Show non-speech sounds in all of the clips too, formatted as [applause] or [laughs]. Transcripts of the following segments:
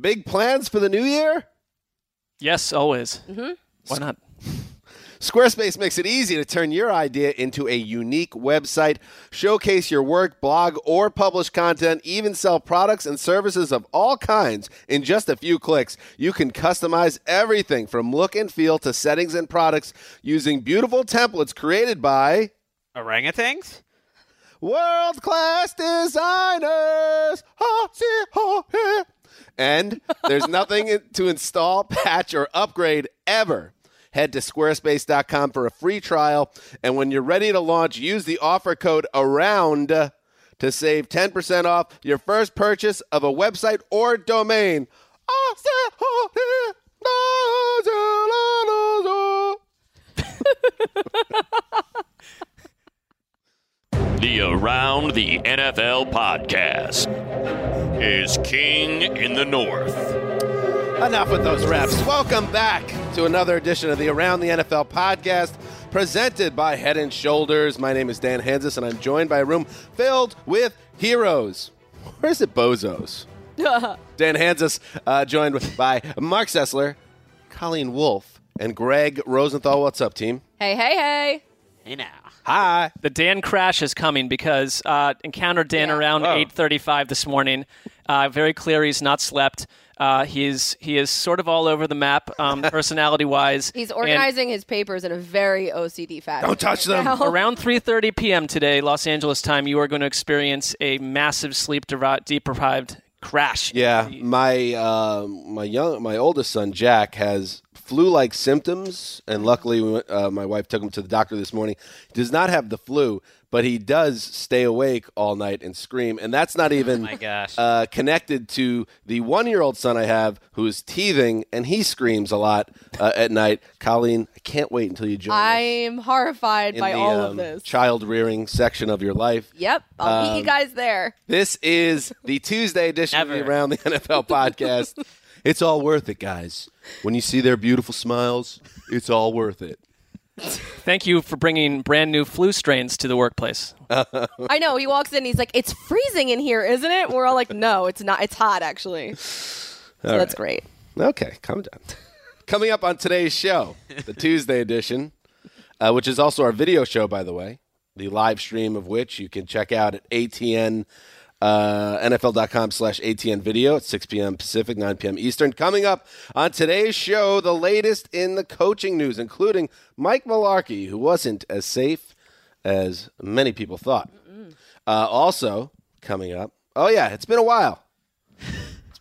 Big plans for the new year? Yes, always. Mm-hmm. Why not? Squarespace makes it easy to turn your idea into a unique website, showcase your work, blog, or publish content, even sell products and services of all kinds in just a few clicks. You can customize everything from look and feel to settings and products using beautiful templates created by Orangutans? world class designers. Ha, see, ha, eh. And there's nothing to install, patch, or upgrade ever. Head to squarespace.com for a free trial. And when you're ready to launch, use the offer code AROUND to save 10% off your first purchase of a website or domain. Ah, see, ha, eh, la, la, la, la, la. The Around the NFL podcast is king in the north. Enough with those reps. Welcome back to another edition of the Around the NFL podcast presented by Head and Shoulders. My name is Dan Hansis, and I'm joined by a room filled with heroes. Where is it, bozos? Dan Hansis, uh, joined with- by Mark Sessler, Colleen Wolf, and Greg Rosenthal. What's up, team? Hey, hey, hey. Hey now. Hi. The Dan crash is coming because uh, encountered Dan Yeah. around 8:35 this morning. Uh, very clear, he's not slept. Uh, he is he is sort of all over the map, [laughs] um, personality wise. He's organizing his papers in a very OCD fashion. Don't touch them. Now. Around 3:30 p.m. today, Los Angeles time, you are going to experience a massive sleep deri- deprived crash. Yeah, my uh, my young my oldest son Jack has flu-like symptoms, Mm-hmm. and luckily we went, uh, my wife took him to the doctor this morning. He does not have the flu, but he does stay awake all night and scream, and that's not even Oh my gosh. Uh, connected to the one-year-old son I have who is teething, and he screams a lot uh, at night. Colleen, I can't wait until you join. us [laughs] I'm horrified in by the, all um, of this. child-rearing section of your life. yep, I'll Um, meet you guys there. This is the Tuesday edition of the Never. Around the NFL podcast. it's all worth it, guys. When you see their beautiful smiles, it's all worth it. Thank you for bringing brand new flu strains to the workplace. I know. He walks in. He's like, "It's freezing in here, isn't it?" We're all like, "No, it's not. It's [sighs] hot, actually." So that's great. Okay, calm down. [laughs] Coming up on today's show, the Tuesday edition, uh, which is also our video show, by the way, the live stream of which you can check out at ATN. Uh, NFL.com slash ATN video at 6 p.m. Pacific, 9 p.m. Eastern. Coming up on today's show, the latest in the coaching news, including Mike Malarkey, who wasn't as safe as many people thought. Uh, also, coming up, oh, yeah, it's been a while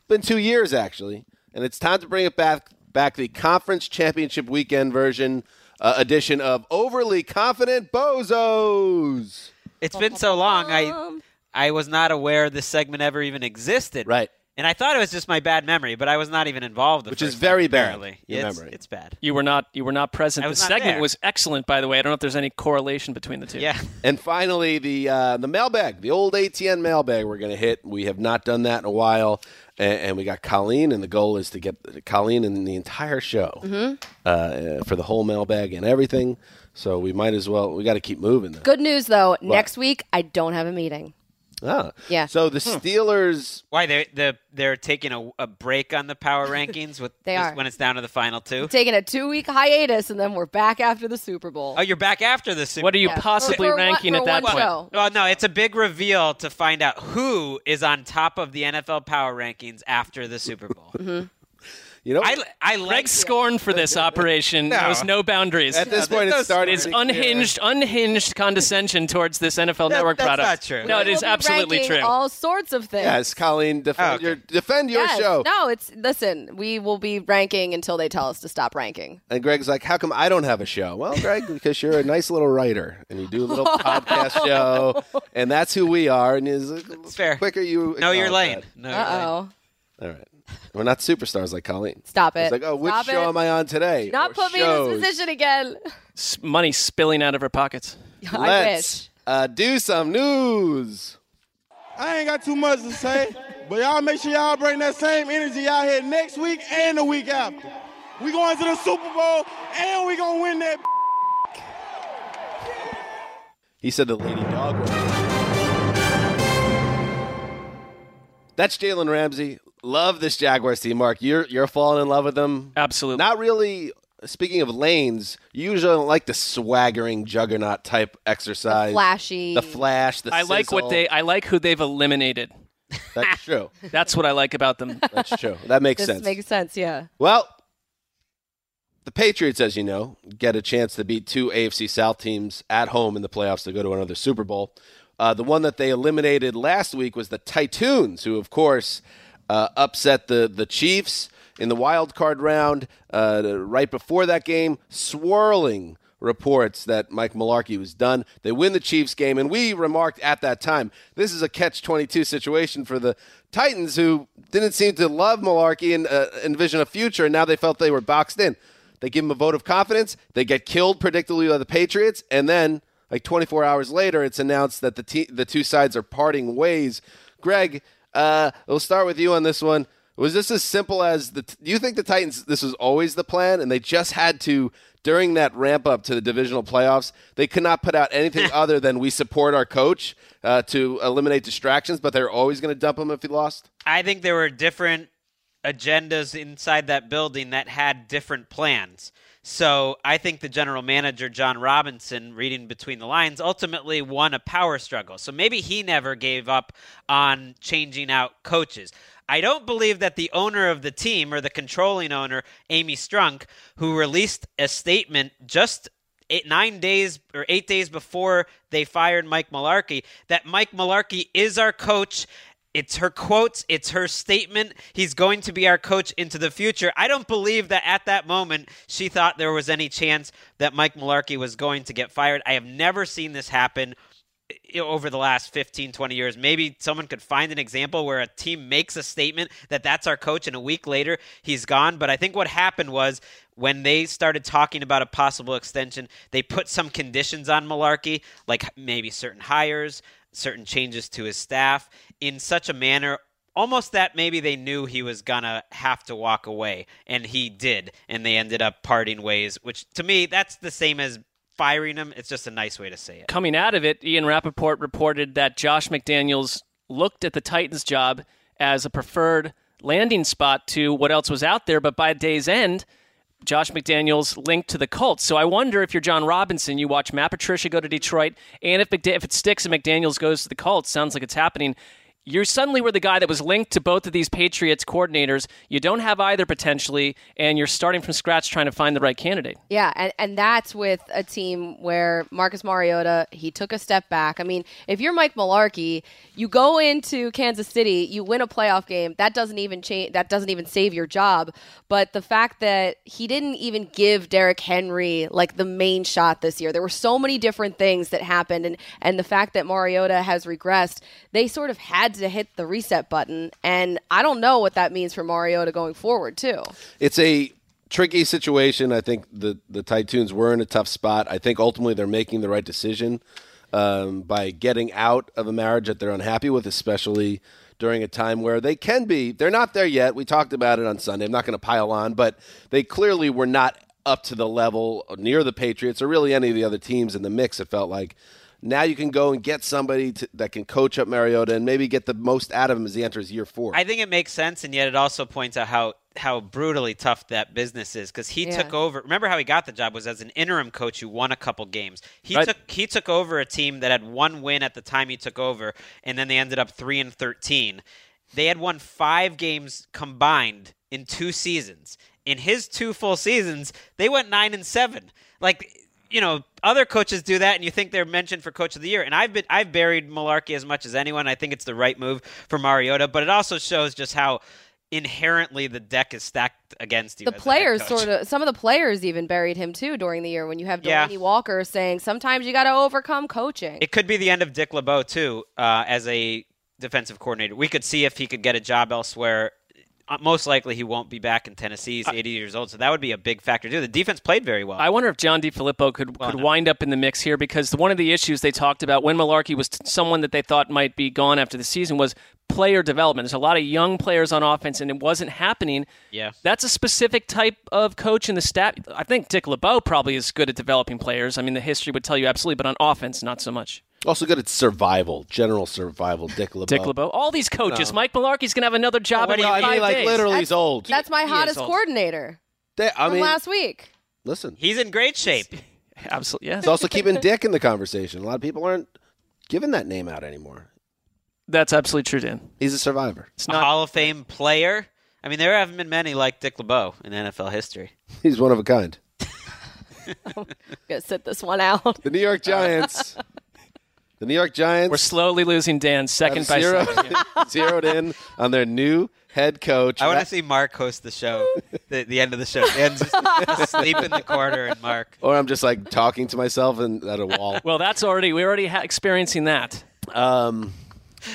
been two years actually, and it's time to bring it back back the conference championship weekend version uh, edition of overly confident bozos. It's been so long. I I was not aware this segment ever even existed. Right. And I thought it was just my bad memory, but I was not even involved. The Which is first time, very bad, apparently. your it's, memory. It's bad. You were not you were not present. I The was not segment there. was excellent, by the way. I don't know if there's any correlation between the two. Yeah. [laughs] And finally, the uh, the mailbag, the old ATN mailbag. We're gonna hit. We have not done that in a while, and, and we got Colleen, and the goal is to get Colleen in the entire show uh, uh, for the whole mailbag and everything. So we might as well. We got to keep moving. Though. Good news though. Next week, I don't have a meeting. Ah. Yeah. So the Steelers. Why they the they're taking a, a break on the [laughs] power rankings with They just are. when it's down to the final two. Taking a two-week hiatus, and then we're back after the Super Bowl. Oh, you're back after the Super What are you Yeah. possibly For- for one- ranking for at that one point? show. Well, no, it's a big reveal to find out who is on top of the NFL power rankings after the Super Bowl. [laughs] You know, I I like Greg's scorn for this operation knows no boundaries. at this point, it's those- starting. It's to be clear. unhinged, unhinged condescension towards this NFL Network that's product. not true. No, it We is will be absolutely ranking true. All sorts of things. Yes, Colleen, defend Oh, okay. your defend your Yes. show. No, it's listen. We will be ranking until they tell us to stop ranking. And Greg's like, "How come I don't have a show?" Well, Greg, because you're a nice little writer and you do a [laughs] little podcast show, and that's who we are. And is uh, fair. quicker you know your acknowledge lane. Know your Uh oh. that. All right, We're not superstars like Colleen. Stop it. It's like, oh, which Stop show it. am I on today? Not Or put me shows. in this position again. [laughs] S- money spilling out of her pockets. I Let's wish. uh, do some news. I ain't got too much to say, but y'all make sure y'all bring that same energy out here next week and the week after. We going to the Super Bowl and we gonna win that. He said the lady dog. That's Jalen Ramsey. Love this Jaguars team, Mark. You're you're falling in love with them. Absolutely. Not really. Speaking of lanes, you usually don't like the swaggering juggernaut type exercise. Flashy. The flash. The I like what sizzle. they. I like who they've eliminated. That's [laughs] true. That's what I like about [laughs] them. That's true. That makes This sense. makes sense. Yeah. Well, the Patriots, as you know, get a chance to beat two AFC South teams at home in the playoffs to go to another Super Bowl. Uh, the one that they eliminated last week was the Titans, who, of course, uh, upset the, the Chiefs in the wild card round. Uh, right before that game, swirling reports that Mike Malarkey was done. They win the Chiefs game, and we remarked at that time this is a catch 22 situation for the Titans, who didn't seem to love Malarkey and uh, envision a future, and now they felt they were boxed in. They give him a vote of confidence, they get killed predictably by the Patriots, and then, like 24 hours later, it's announced that the, te- the two sides are parting ways. Greg, uh, we'll start with you on this one. Was this as simple as the? Do you think the Titans? This was always the plan, and they just had to during that ramp up to the divisional playoffs. They could not put out anything other than we support our coach uh, to eliminate distractions, but they're always going to dump him if he lost. I think there were different agendas inside that building that had different plans. So I think the general manager, John Robinson, reading between the lines, ultimately won a power struggle. So maybe he never gave up on changing out coaches. I don't believe that the owner of the team or the controlling owner, Amy Strunk, who released a statement just eight, nine days or eight days before they fired Mike Malarkey, that Mike Malarkey is our coach. It's her quotes, it's her statement. He's going to be our coach into the future. I don't believe that at that moment she thought there was any chance that Mike Malarkey was going to get fired. I have never seen this happen i- over the last 15 20 years maybe someone could find an example where a team makes a statement that that's our coach and a week later he's gone but i think what happened was when they started talking about a possible extension they put some conditions on malarkey like maybe certain hires certain changes to his staff in such a manner almost that maybe they knew he was gonna have to walk away and he did and they ended up parting ways which to me that's the same as firing him it's just a nice way to say it Coming out of it, Ian Rappaport reported that Josh McDaniels looked at the Titans job as a preferred landing spot to what else was out there, but by day's end, Josh McDaniels linked to the Colts. So I wonder if you're John Robinson, you watch Matt Patricia go to Detroit, and if, McDa- if it sticks and McDaniels goes to the Colts, sounds like it's happening. You suddenly were the guy that was linked to both of these Patriots coordinators. You don't have either potentially, and you're starting from scratch trying to find the right candidate. Yeah, and, and that's with a team where Marcus Mariota, he took a step back. I mean, if you're Mike Mularkey, you go into Kansas City, you win a playoff game, that doesn't even change that doesn't even save your job. But the fact that he didn't even give Derrick Henry like the main shot this year. There were so many different things that happened and and the fact that Mariota has regressed, they sort of had to hit the reset button and I don't know what that means for Mariota going forward, too. it's a tricky situation. I think the the Titans were in a tough spot. I think ultimately they're making the right decision um, by getting out of a marriage that they're unhappy with, especially during a time where they can be. They're not there yet. We talked about it on Sunday. I'm not going to pile on, but they clearly were not up to the level near the Patriots or really any of the other teams in the mix. It felt like. Now you can go and get somebody to, that can coach up Mariota and maybe get the most out of him as he enters year four. I think it makes sense, and yet it also points out how how brutally tough that business is because he Yeah. took over. Remember how he got the job was as an interim coach who won a couple games. He Right. took he took over a team that had one win at the time he took over, and then they ended up three and thirteen. They had won five games combined in two seasons. In his two full seasons, they went nine and seven. Like you know, other coaches do that, and you think they're mentioned for coach of the year. And I've been I've buried Malarkey as much as anyone. I think it's the right move for Mariota, but it also shows just how inherently the deck is stacked against you. the players sort of some of the players even buried him too during the year when you have Yeah. Delaney Walker saying sometimes you got to overcome coaching. It could be the end of Dick LeBeau too, uh, as a defensive coordinator. We could see if he could get a job elsewhere. uh, most likely he won't be back in Tennessee. He's 80 years old, so that would be a big factor too. The defense played very well. I wonder if John DiFilippo could, could wind up in the mix here because one of the issues they talked about when Malarkey was t- someone that they thought might be gone after the season was player development. There's a lot of young players on offense, and it wasn't happening. Yeah. That's a specific type of coach in the stat. I think Dick LeBeau probably is good at developing players. I mean, the history would tell you absolutely, but on offense, not so much. Also good at survival, general survival. Dick LeBeau. Dick LeBeau, all these coaches. Mike Malarkey's going to have another job What in do No, like I mean five like days. literally he's old. That's my years hottest old. coordinator They- I from mean, last week. [laughs] listen. He's in great shape. Absolutely, yes. It's also keeping Dick in the conversation. A lot of people aren't giving that name out anymore. That's absolutely true, Dan. He's a survivor. [laughs] It's a not. Hall of Fame player. I mean, there haven't been many like Dick LeBeau in NFL history. He's one of a kind. I'm gonna sit this one out. The New York [laughs] Giants. the New York Giants. We're slowly losing Dan, second by zero, second. [laughs] zeroed in on their new head coach. I want to Matt- see Mark host the show. the, the end of the [laughs] show. Dan's just asleep in the corner, and Mark. or I'm just like talking to myself and at a wall. [laughs] Well, that's already we're already ha- experiencing that. Um,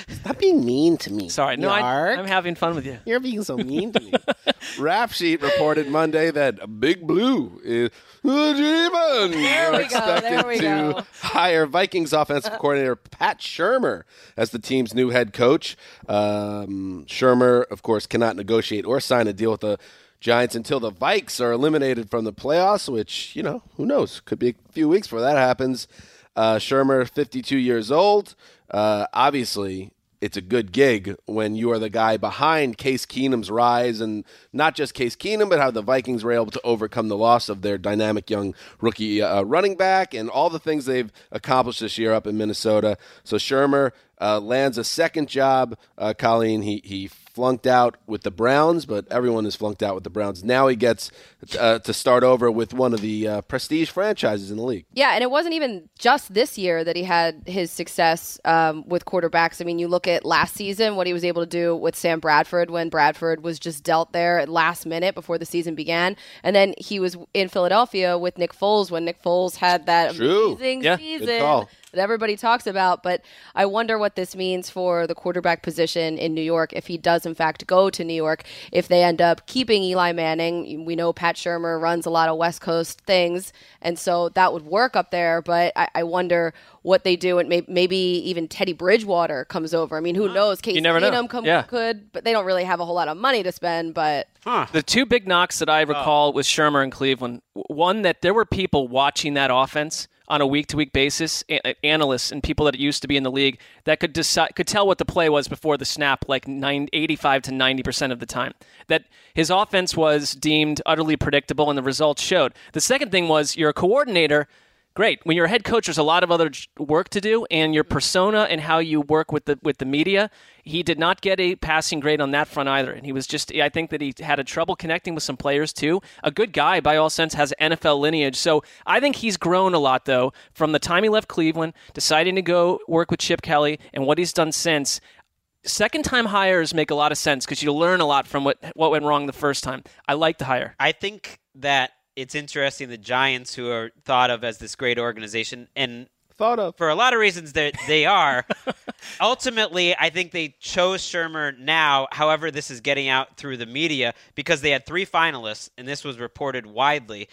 stop being mean to me. Sorry, no, I, Yark. I'm having fun with you. You're being so mean to me. [laughs] Rap Sheet reported Monday that Big Blue is there we go, there we to go. hire Vikings [laughs] offensive coordinator Pat Shermer as the team's new head coach. Um, Shermer, of course, cannot negotiate or sign a deal with the Giants until the Vikes are eliminated from the playoffs, which, you know, who knows? Could be a few weeks before that happens. Uh, Shermer, 52 years old. Uh, obviously, it's a good gig when you are the guy behind Case Keenum's rise, and not just Case Keenum, but how the Vikings were able to overcome the loss of their dynamic young rookie uh, running back, and all the things they've accomplished this year up in Minnesota. So Shermer uh, lands a second job. Uh, Colleen, he he flunked out with the Browns, but everyone is flunked out with the Browns. Now he gets uh, to start over with one of the uh, prestige franchises in the league. [laughs] Yeah, and it wasn't even just this year that he had his success um, with quarterbacks. I mean, you look at last season, what he was able to do with Sam Bradford when Bradford was just dealt there at last minute before the season began. And then he was in Philadelphia with Nick Foles when Nick Foles had that True. amazing Yeah, good season call. that everybody talks about. But I wonder what this means for the quarterback position in New York if he does, in fact, go to New York, if they end up keeping Eli Manning. We know Pat Shermer runs a lot of West Coast things, and so that would work up there. But I, I wonder what they do, and may- maybe even Teddy Bridgewater comes over. I mean, who knows? Case never know. Keenum come- Yeah. could, but they don't really have a whole lot of money to spend. But The two big knocks that I recall was Shermer and Cleveland. W- One that there were people watching that offense on a week-to-week basis, a- a- analysts and people that used to be in the league that could decide could tell what the play was before the snap, like nine, 85 to ninety percent of the time. That his offense was deemed utterly predictable, and the results showed. The second thing was you're a coordinator. Great. When you're a head coach, there's a lot of other j- work to do, and your persona and how you work with the with the media. He did not get a passing grade on that front either, and he was just. I think that he had a trouble connecting with some players too. A good guy by all sense has NFL lineage, so I think he's grown a lot though from the time he left Cleveland, deciding to go work with Chip Kelly, and what he's done since second time hires make a lot of sense because you learn a lot from what what went wrong the first time. I like the hire. I think that it's interesting the Giants, who are thought of as this great organization, and Thought of. for a lot of reasons that they are. [laughs] Ultimately, I think they chose Shermer now. However, this is getting out through the media because they had three finalists, and this was reported widely.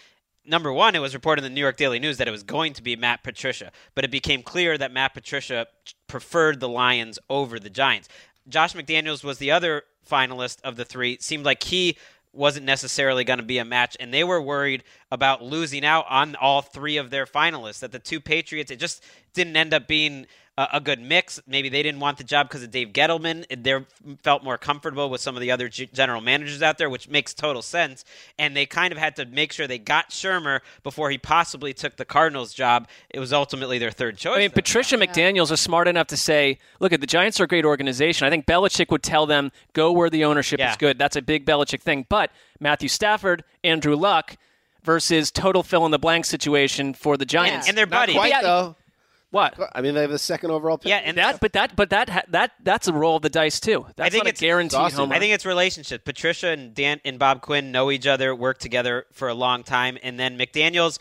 Number one, it was reported in the New York Daily News that it was going to be Matt Patricia, but it became clear that Matt Patricia preferred the Lions over the Giants. Josh McDaniels was the other finalist of the three. It seemed like he wasn't necessarily going to be a match and they were worried about losing out on all three of their finalists that the two patriots it just didn't end up being a, a good mix maybe they didn't want the job because of dave gettleman they felt more comfortable with some of the other g- general managers out there which makes total sense and they kind of had to make sure they got shermer before he possibly took the cardinals job it was ultimately their third choice I mean, though. Patricia McDaniels is smart enough to say, look, the Giants are a great organization. I think Belichick would tell them, go where the ownership Yeah. is good. That's a big Belichick thing. But Matthew Stafford, Andrew Luck versus total fill in the blank situation for the and, Giants. and their buddy Quite Yeah. though. what? I mean, they have the second overall pick. yeah and That, but that, but that, ha- that, that's a roll of the dice too. That's think not it's- a guaranteed Awesome. home I think it's relationship. Patricia and Dan and Bob Quinn know each other, worked together for a long time, and then McDaniel's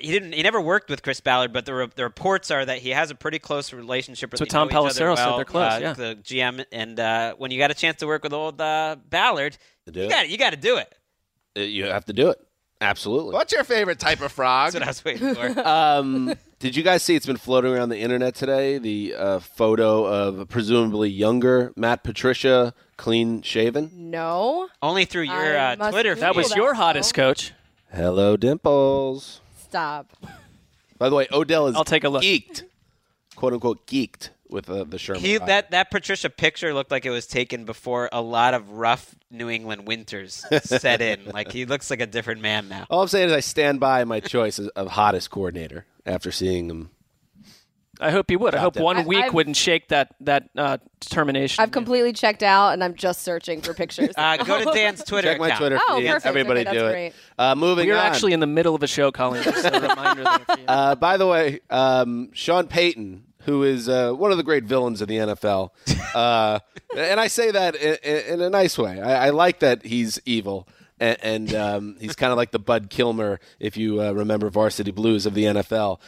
he didn't. He never worked with Chris Ballard, but the, re- the reports are that he has a pretty close relationship. That's with what Tom Pelissero said. They're close, yeah. uh, the GM, and uh, when you got a chance to work with old uh, Ballard, do you it. got you got to do it. Uh, You have to do it. Absolutely. What's your favorite type of frog? That's what I was waiting for. [laughs] Um, did you guys see it's been floating around the internet today? The uh, photo of a presumably younger Matt Patricia, clean shaven. No. Only through your I uh, must Twitter. Google That feed. was your hottest coach. Hello, dimples. Stop. By the way, Odell is I'll take a look. geeked, quote unquote geeked with uh, the Sherman. He fire. that that Patricia picture looked like it was taken before a lot of rough New [laughs] England winters set in. Like he looks like a different man now. All I'm saying is I stand by my choice of- of hottest coordinator after seeing him. I hope you would. I hope that- one I- week I've- wouldn't shake that that uh, determination. I've completely checked out, and I'm just searching [laughs] for pictures. Uh, Ah, go to Dan's Twitter Check my account. Twitter Oh, feed. perfect. Everybody Okay, do that's it. great. Uh, moving We're on. actually in the middle of a show, Colin. Just [laughs] a reminder there for you. Uh, by the way, um, Sean Payton, who is uh, one of the great villains of the NFL, uh, [laughs] and I say that in, in a nice way. I, I like that he's evil, and, and um, he's kind of like the Bud Kilmer, if you uh, remember Varsity Blues of the NFL.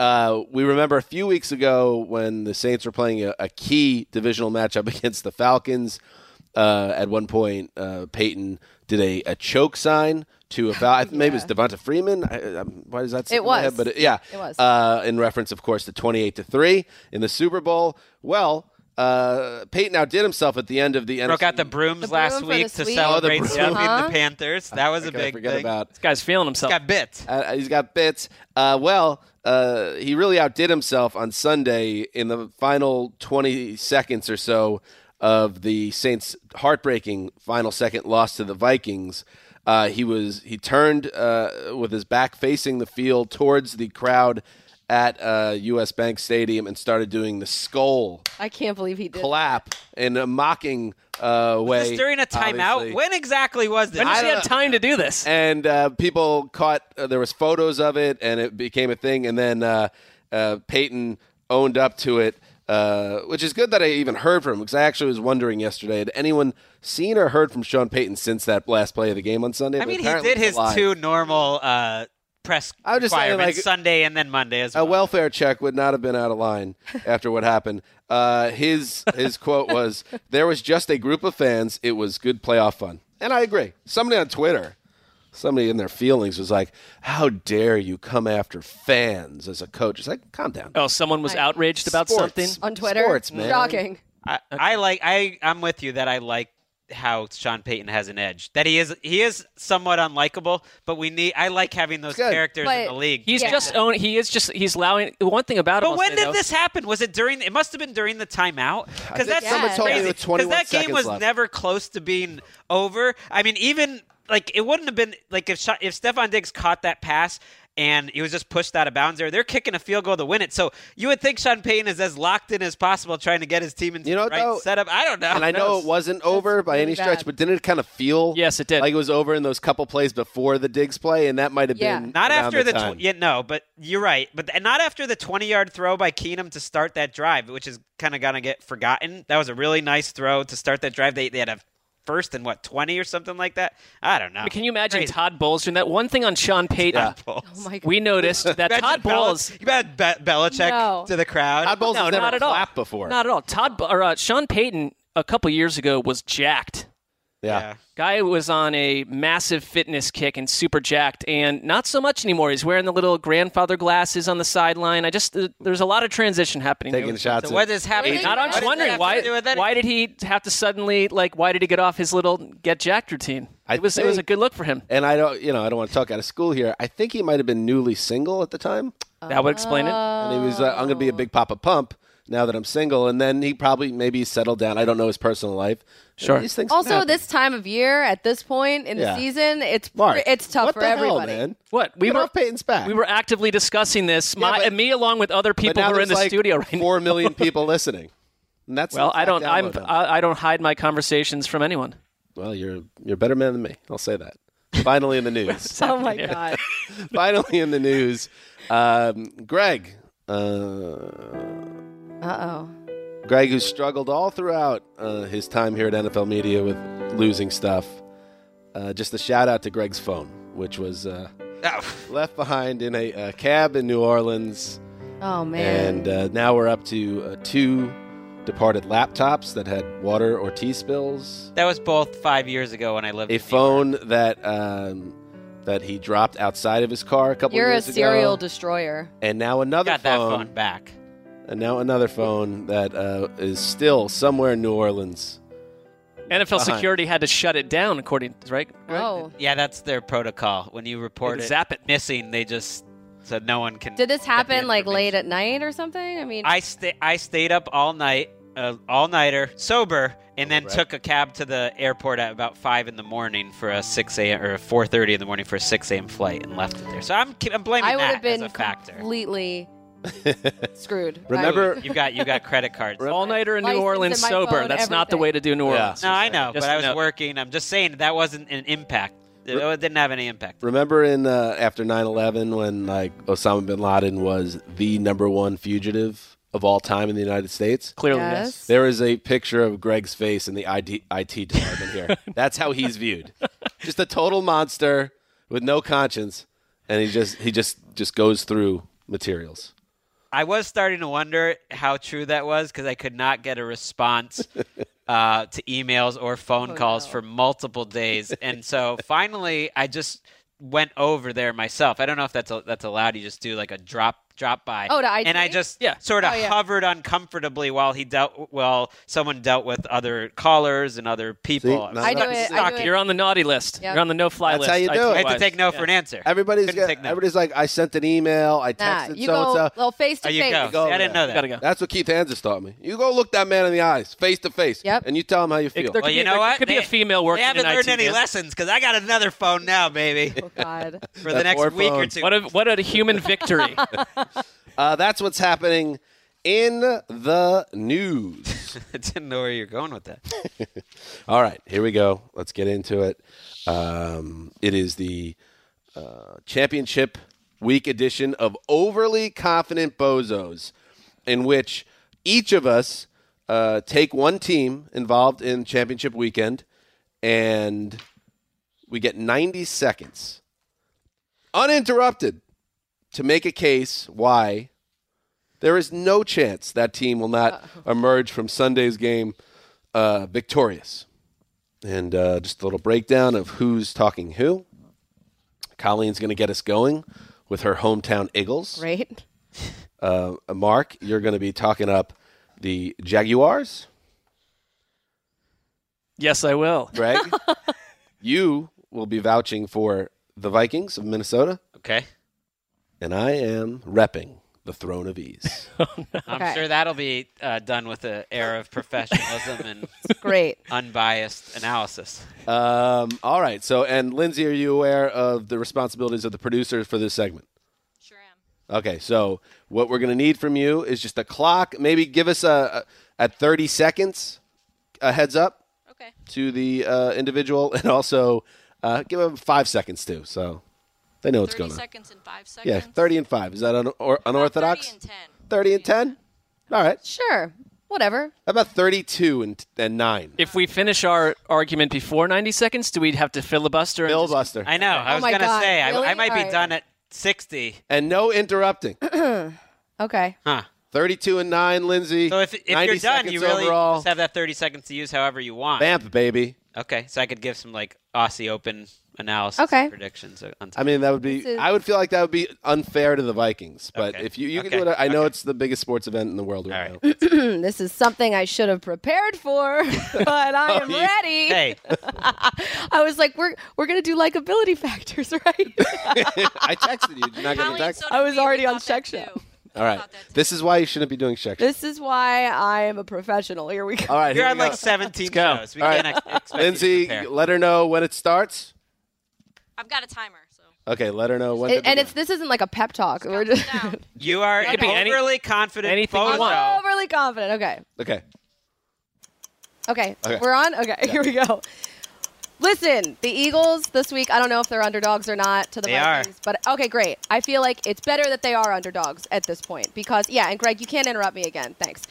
Uh, we remember a few weeks ago when the Saints were playing a, a key divisional matchup [laughs] against the Falcons. Uh, at one point, uh, Peyton did a, a choke sign to a foul. Maybe it's Devonta Freeman. I, I, why does that? stick It in my head? was. but yeah, It was. uh, in reference, of course, to twenty-eight to three in the Super Bowl. Well, uh, Peyton outdid himself at the end of the Broke NFC out the brooms The last broom for week the to sweep. Oh, the celebrate broom. sweeping Huh? the Panthers. That was I a big forget thing. about. This guy's feeling himself. Got bit. Uh, he's got bits. Uh, well, uh, he really outdid himself on Sunday in the final 20 seconds or so of the Saints' heartbreaking final second loss to the Vikings. Uh, he was he turned uh, with his back facing the field towards the crowd at uh, U.S. Bank Stadium and started doing the skull [laughs] I can't believe he did. clap in a mocking uh, way. Just during a timeout. obviously. When exactly was this? When does I he don't have time to do this? and uh, people caught uh, there was photos of it and it became a thing and then uh, uh, peyton owned up to it uh, which is good that i even heard from him because i actually was wondering yesterday had anyone seen or heard from sean peyton since that last play of the game on sunday I But mean, he apparently did it's his a lie. two normal uh, press I was just saying, requirements like- Sunday and then Monday as well. a welfare check would not have been out of line after what happened. Uh, his his quote was, "There was just a group of fans. It was good playoff fun," and I agree. Somebody on Twitter, somebody in their feelings was like, "How dare you come after fans as a coach?" It's like, calm down. Oh, someone was outraged about Sports. something. on Twitter. Sports, man. Shocking. I, I like I I'm with you that I like how Sean Payton has an edge. That he is he is somewhat unlikable, but we need I like having those good. characters in But the league. He's Yeah. just own. He is just. He's allowing. One thing about him. but I'll when say, did though- this happen? Was it during? It must have been during the timeout because think that's someone told me crazy. with 21 that game seconds was left. never close to being over. I mean, even like it wouldn't have been like if Sha- if Stefan Diggs caught that pass. And he was just pushed out of bounds there. They're kicking a field goal to win it. So you would think Sean Payton is as locked in as possible trying to get his team into You know the what, right though? setup. I don't know. And I know it wasn't over by really any stretch, bad. but didn't it kind of feel Yes, it did. like it was over in those couple plays before the Diggs play, and that might have Yeah. been Not around after the, time. tw- yeah, no, but you're right. But th- not after the 20 yard throw by Keenum to start that drive, which is kind of gonna get forgotten. That was a really nice throw to start that drive. They they had a first and what 20 or something like that. I don't know. Can you imagine Crazy. Todd Bowles doing that? One thing on Sean Payton. [laughs] Bulls. Oh my God. [laughs] We noticed that Imagine Todd Bel- Bowles. You bet Be- Belichick No. to the crowd. Todd Bowles No, has never not at all. clapped before. Not at all. Todd Bo- or uh, Sean Payton a couple years ago was jacked. yeah. Yeah. Guy was on a massive fitness kick and super jacked, and not so much anymore. He's wearing the little grandfather glasses on the sideline. I just th- there's a lot of transition happening. Taking there. shots. So at- what is happening? Wait, Not I'm What does just that wondering have why to do with anything? why did he have to suddenly like why did he get off his little get jacked routine? I it was it was a think- good look for him. and I don't, you know, I don't want to talk out of school here. I think he might have been newly single at the time, that would explain Uh, it. and he was like, "I'm going to be a Oh. big Papa Pump now that I'm single." And then he probably maybe settled down. I don't know his personal life. Sure. These things can [laughs] Also, happen. this time of year, at this point in Yeah. the season, it's Mark, pr- it's tough what for the everybody. Hell, man? What we Get were off Peyton's back. we were actively discussing this. my, but- and me along with other but people now who are in there's the like studio right now. Four [laughs] million people listening. And that's Well, I don't. I'm. download them. I, I don't hide my conversations from anyone. well, you're you're a better man than me. I'll say that. Finally in [laughs] the news. Oh my god! Finally in the news. Um, Greg. Uh, Uh oh. Greg, who struggled all throughout uh, his time here at NFL Media with losing stuff, uh, just a shout out to Greg's phone, which was uh, Ah. left behind in a uh, cab in New Orleans, Oh man. and uh, now we're up to uh, two departed laptops that had water or tea spills, That was both five years ago when I lived. a in New phone that um, that he dropped outside of his car a couple You're a years serial ago, destroyer. and now York. another got that phone back. and now another phone that uh, is still somewhere in New Orleans. NFL Behind. security had to shut it down, according right? Greg? Oh. Yeah, that's their protocol. When you They had report to it, zap it. missing, they just so no one can. Did this get the happen like late information. at night or something? I mean, I sta- I stayed up all night, uh, all nighter, sober, and then Right. took a cab to the airport at about five in the morning for a six a.m. or four thirty in the morning for a six a.m. flight, and left it there. So I'm ki- I'm blaming I would that have been as a factor. [laughs] completely screwed. Remember- You got you got credit [laughs] cards. Remember- no, All nighter in New License Orleans and my sober. phone, That's not the way to do New Yeah. Orleans. I know, Just but I was no. working. I'm just saying that wasn't an impact. It Re- didn't have any impact. Remember in uh, after 9/11 when like Osama bin Laden was the number one fugitive of all time in the United States? Clearly, Yes. yes. There is a picture of Greg's face in the ID- IT department here. [laughs] That's how he's viewed. Just a total monster with no conscience, and he just he just just goes through materials. I was starting to wonder how true that was because I could not get a response [laughs] uh, to emails or phone calls for multiple days, and so finally I just went over there myself. I don't know if that's that's allowed. You just do like a drop drop by. Oh, to IT? and I just Yeah. sort of Oh, yeah. hovered uncomfortably while he dealt while someone dealt with other callers and other people. not I do Stop- it. I stop. do it. You're on the naughty list. Yep. You're on the no-fly That's list. how you do it. I had to Otherwise- take no for an answer. Everybody's Couldn't got, take no. everybody's like, I sent an email, I Nah, texted you so and so. go well face to There you face. go. go See, I didn't know there. that. Gotta go. That's what Keith Hanses taught me. You go look that man in the eyes, face to face, Yep. and you tell him how you It- feel. there Well, could you be- know there what? Could be They- a female working They in haven't IT. learned any dude. lessons because I got another phone now, baby, [laughs] Oh God. for That the poor next week phone. or two. What a what a human victory! Uh, that's what's happening in the news. I didn't know where you're going with that. All right, here we go. Let's get into it. Um, it is the uh, championship week edition of Overly Confident Bozos, in which each of us uh, take one team involved in championship weekend and we get 90 seconds uninterrupted to make a case why there is no chance that team will not emerge from Sunday's game uh, victorious. And uh, just a little breakdown of who's talking who. Colleen's going to get us going with her hometown Eagles. Great. Uh, Mark, you're going to be talking up the Jaguars. [laughs] yes, I will. Greg, you will be vouching for the Vikings of Minnesota, Okay. and I am repping the Throne of Ease. Okay. I'm sure that'll be uh, done with an air of professionalism and [laughs] Great. unbiased analysis. um, all right. So, and Lindsay, are you aware of the responsibilities of the producers for this segment? Sure am. Okay, so what we're going to need from you is just a clock. Maybe give us a, a at 30 seconds a heads up Okay. to the uh, individual, [laughs] and also uh, give them five seconds too, so they know what's 30 going on. seconds and 5 seconds. Yeah, 30 and five. Is that un- or, unorthodox? 30 and 10. 30 and 10. All right. Sure. Whatever. How about 32 and and nine? If we finish our argument before 90 seconds, do we have to filibuster? and just- Filibuster I know. I was Oh my going to God, say, really? I, I might All be right. done at 60. and no interrupting. [laughs] Okay. [clears throat] Huh. 32 and nine, Lindsay. So if, if 90 you're done, seconds you really overall. just have that 30 seconds to use however you want. Vamp, baby. Okay. So I could give some like Aussie Open analysis Okay. and predictions. On I mean, that would be. This is- I would feel like that would be unfair to the Vikings. But Okay. if you you Okay. can do it, I know it's the biggest sports event in the world right, All right. now. this is something I should have prepared for, [laughs] [laughs] but I am Oh, you- ready. hey, I was like, we're we're gonna do likability [laughs] factors, right? [laughs] [laughs] I texted you. Did [laughs] you not get the Colleen, text? so I did was we. We already on thought that section. too. All right. thought that This is why you shouldn't be doing section. this is why I am a professional. Here we go. All right. you're here on we go. like 17 go. shows. We All right. can't ex- expect you to Lindsay, prepare. let her know when it starts. I've got a timer, so. Okay, let her know when. And- to and begin. it's this isn't like a pep talk. [laughs] We're just [laughs] Down. You are It could an be any- overly confident anything you bozo. want. I'm overly confident. Okay. okay. Okay. Okay. We're on? Okay, here we go. Listen, the Eagles this week, I don't know if they're underdogs or not to the They are. Vikings, but okay, great. I feel like it's better that they are underdogs at this point because yeah, and Greg, you can't interrupt me again. Thanks.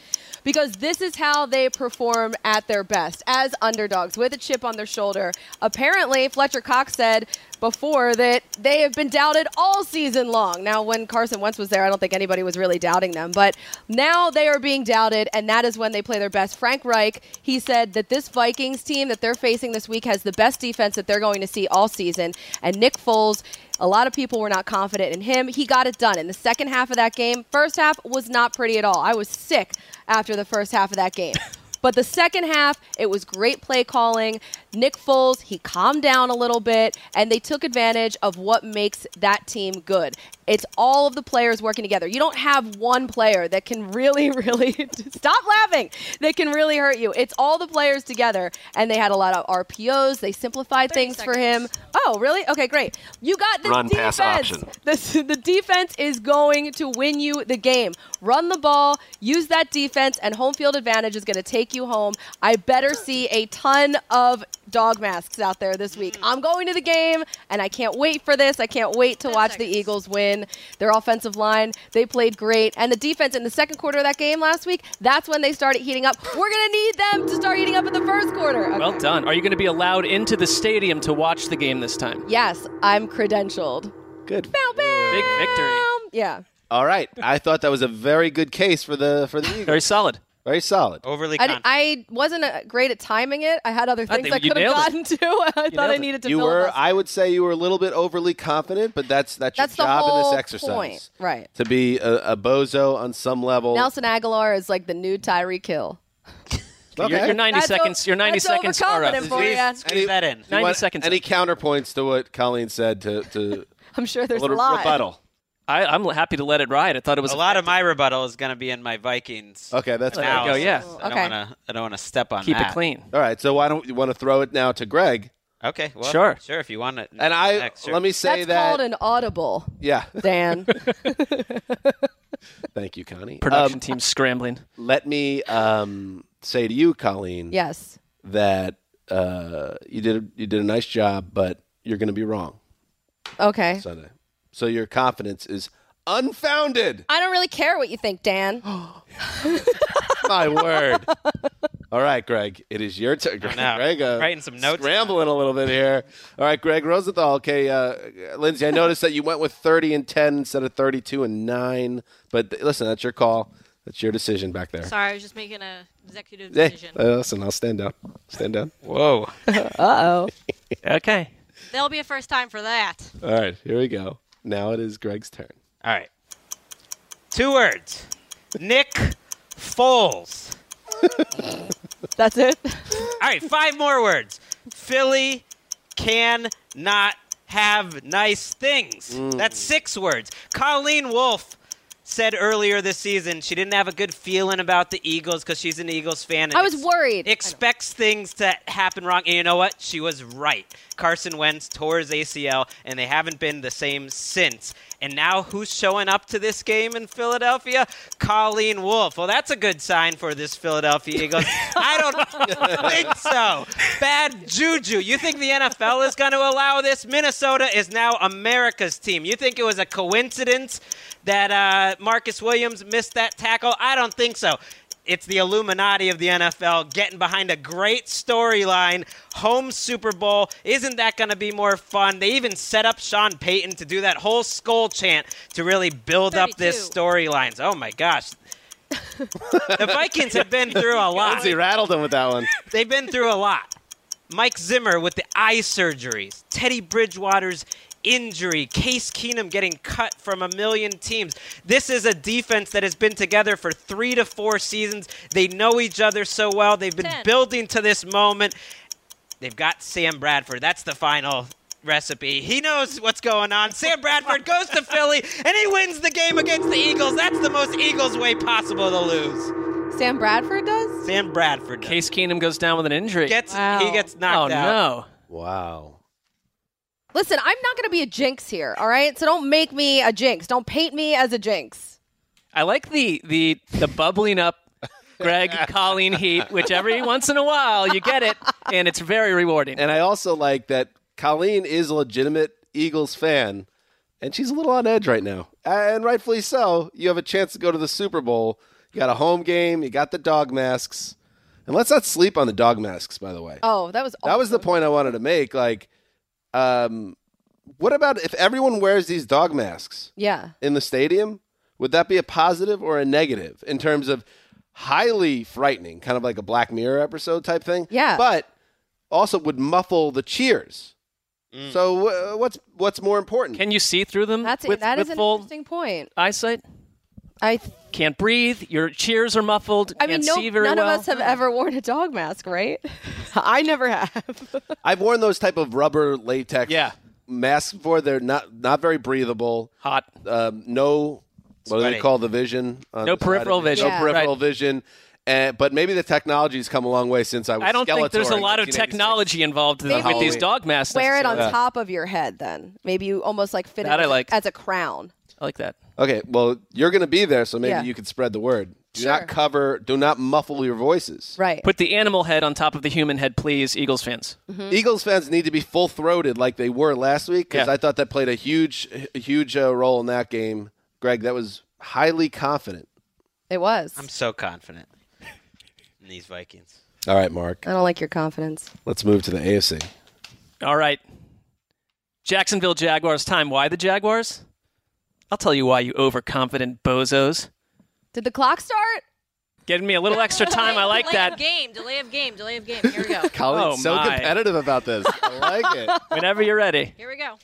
Because this is how they perform at their best as underdogs with a chip on their shoulder. Apparently, Fletcher Cox said before that they have been doubted all season long. Now, when Carson Wentz was there, I don't think anybody was really doubting them, but now they are being doubted, and that is when they play their best. Frank Reich, he said that this Vikings team that they're facing this week has the best defense that they're going to see all season, and Nick Foles. A lot of people were not confident in him. He got it done in the second half of that game. First half was not pretty at all. I was sick after the first half of that game. But the second half, it was great play calling. Nick Foles, he calmed down a little bit, and they took advantage of what makes that team good. It's all of the players working together. You don't have one player that can really, [laughs] really stop laughing. That can really hurt you. It's all the players together, and they had a lot of RPOs. They simplified 30 things for him. seconds. Oh, really? Okay, great. You got this Run, defense. pass option. This, [laughs] the defense is going to win you the game. Run the ball, use that defense, and home field advantage is going to take you home. I better see a ton of dog masks out there this week. I'm going to the game, and I can't wait for this. I can't wait to Ten watch seconds. the Eagles win. Their offensive line, they played great. And the defense in the second quarter of that game last week, that's when they started heating up. We're going to need them to start heating up in the first quarter. Okay. Well done. Are you going to be allowed into the stadium to watch the game this time? yes, I'm credentialed. Good. Bow, bow. Big victory. Um, Yeah. All right. I thought that was a very good case for the for [laughs] the Very Eagles. solid. Very solid. Overly I, confident. di- I wasn't uh, great at timing it. I had other I things think I, you could have gotten [laughs] nailed to. I thought nailed I it. needed to. You were. filibuster. I would say you were a little bit overly confident, but that's that's, That's the your job in whole this exercise. point. Right. To be a, a bozo on some level. Nelson Aguilar is like the new Tyreek Hill. [laughs] Okay. Your, your 90 That's o- seconds. Your 90 that's seconds are up. overconfident, boy. Squeeze- Gloria. squeeze that in. You 90 want seconds. Any counterpoints to what Colleen said to [laughs] to I'm sure a there's little a lot. rebuttal? I, I'm happy to let it ride. I thought it was A lot of my rebuttal is going to be in my Vikings. Okay, that's There fine. you go. Yeah. analysis. Okay. I don't want to. I don't want to step on Keep that. it clean. All right. So why don't you want to throw it now to Greg? Okay. Well, Sure. Sure. If you want it. And I next, sure. let me say That's that. called an audible, yeah. [laughs] Dan. Thank you, Connie. Uh, Production team scrambling. Let me um, say to you, Colleen, yes. that uh, you did a, you did a nice job, but you're going to be wrong Okay. Sunday. So your confidence is unfounded. I don't really care what you [gasps] think, Dan. My word. [laughs] All right, Greg, it is your turn. Greg, no. uh, Writing some notes Scrambling a little bit here. All right, Greg Rosenthal. Okay, uh, Lindsay, I noticed that you went with 30 and 10 instead of 32 and 9. But th- listen, that's your call. That's your decision back there. Sorry, I was just making a executive Hey, decision. uh, listen, I'll stand down. Stand down. [laughs] Whoa. Uh oh. Okay. There'll be a first time for that. All right, here we go. Now it is Greg's turn. All right. Two words. Nick Foles. [laughs] That's it. All right, five more words. Philly can not have nice things. Mm. That's six words. Colleen Wolfe said earlier this season she didn't have a good feeling about the Eagles because she's an Eagles fan. and I was ex- worried. Expects things to happen wrong. And you know what? She was right. Carson Wentz tore his ACL, and they haven't been the same since. And now who's showing up to this game in Philadelphia? Colleen Wolf. Well, that's a good sign for this Philadelphia Eagles. I don't think so. Bad juju. You think the NFL is going to allow this? Minnesota is now America's team. You think it was a coincidence that uh, Marcus Williams missed that tackle? I don't think so. It's the Illuminati of the NFL getting behind a great storyline. Home Super Bowl. Isn't that going to be more fun? They even set up Sean Payton to do that whole skull chant to really build up this 32. storylines. Oh my gosh. the Vikings have been through a lot. Lindsay rattled him with that one. They've been through a lot. Mike Zimmer with the eye surgeries, Teddy Bridgewater's injury, Case Keenum getting cut from a million teams. This is a defense that has been together for three to four seasons. They know each other so well. They've been Ten. building to this moment. They've got Sam Bradford. That's the final recipe. He knows what's going on. Sam Bradford goes to Philly and he wins the game against the Eagles. That's the most Eagles way possible to lose. Sam Bradford does? Sam Bradford does. Case Keenum goes down with an injury. gets Wow. he gets oh, knocked out. no. Wow. Listen, I'm not going to be a jinx here, all right? So don't make me a jinx. Don't paint me as a jinx. I like the the the bubbling up [laughs] Greg Colleen heat, which every once in a while you get it, and it's very rewarding. And I also like that Colleen is a legitimate Eagles fan, and she's a little on edge right now. And rightfully so. You have a chance to go to the Super Bowl. You got a home game, you got the dog masks. And let's not sleep on the dog masks, by the way. Oh, that was that was the awesome. point I wanted to make. Like, um, What about if everyone wears these dog masks Yeah. in the stadium? Would that be a positive or a negative in terms of highly frightening, kind of like a Black Mirror episode type thing? Yeah. But also would muffle the cheers. So uh, what's what's more important? Mm. Can you see through them That's with, that with is an full interesting point. eyesight? I Can't breathe. Your cheers are muffled. I mean can't no, see very none well. of us have ever worn a dog [laughs] mask, right? I never have. I've worn those type of rubber latex Yeah. masks before. They're not not very breathable. Hot. um, no what do they Sweaty. call the vision? on No the side of peripheral it? vision, No Yeah. peripheral vision. And, but maybe the technology's come a long way since I was. I don't think there's Skeletor a in lot of 1986. technology involved in- Maybe with these Halloween. dog masks. Wear it [laughs] on necessarily. top of your head then. Maybe you almost like fit That I it as a- like. as a crown. I like that. Okay, well, you're going to be there, so maybe Yeah. you could spread the word. Do Sure. not cover. Do not muffle your voices. Right. Put the animal head on top of the human head, please, Eagles fans. Mm-hmm. Eagles fans need to be full throated like they were last week because Yeah. I thought that played a huge, a huge uh, role in that game. Greg, that was highly confident. it was. I'm so confident in these Vikings. All right, Mark. I don't like your confidence. Let's move to the AFC. All right. Jacksonville Jaguars time. Why the Jaguars? I'll tell you why, you overconfident bozos. Did the clock start? Giving me a little extra time. I like delay Of that. game, delay of game, delay of game. Here we go. [laughs] Colin's Oh, so my. competitive about this. I like it. Whenever you're ready. Here we go.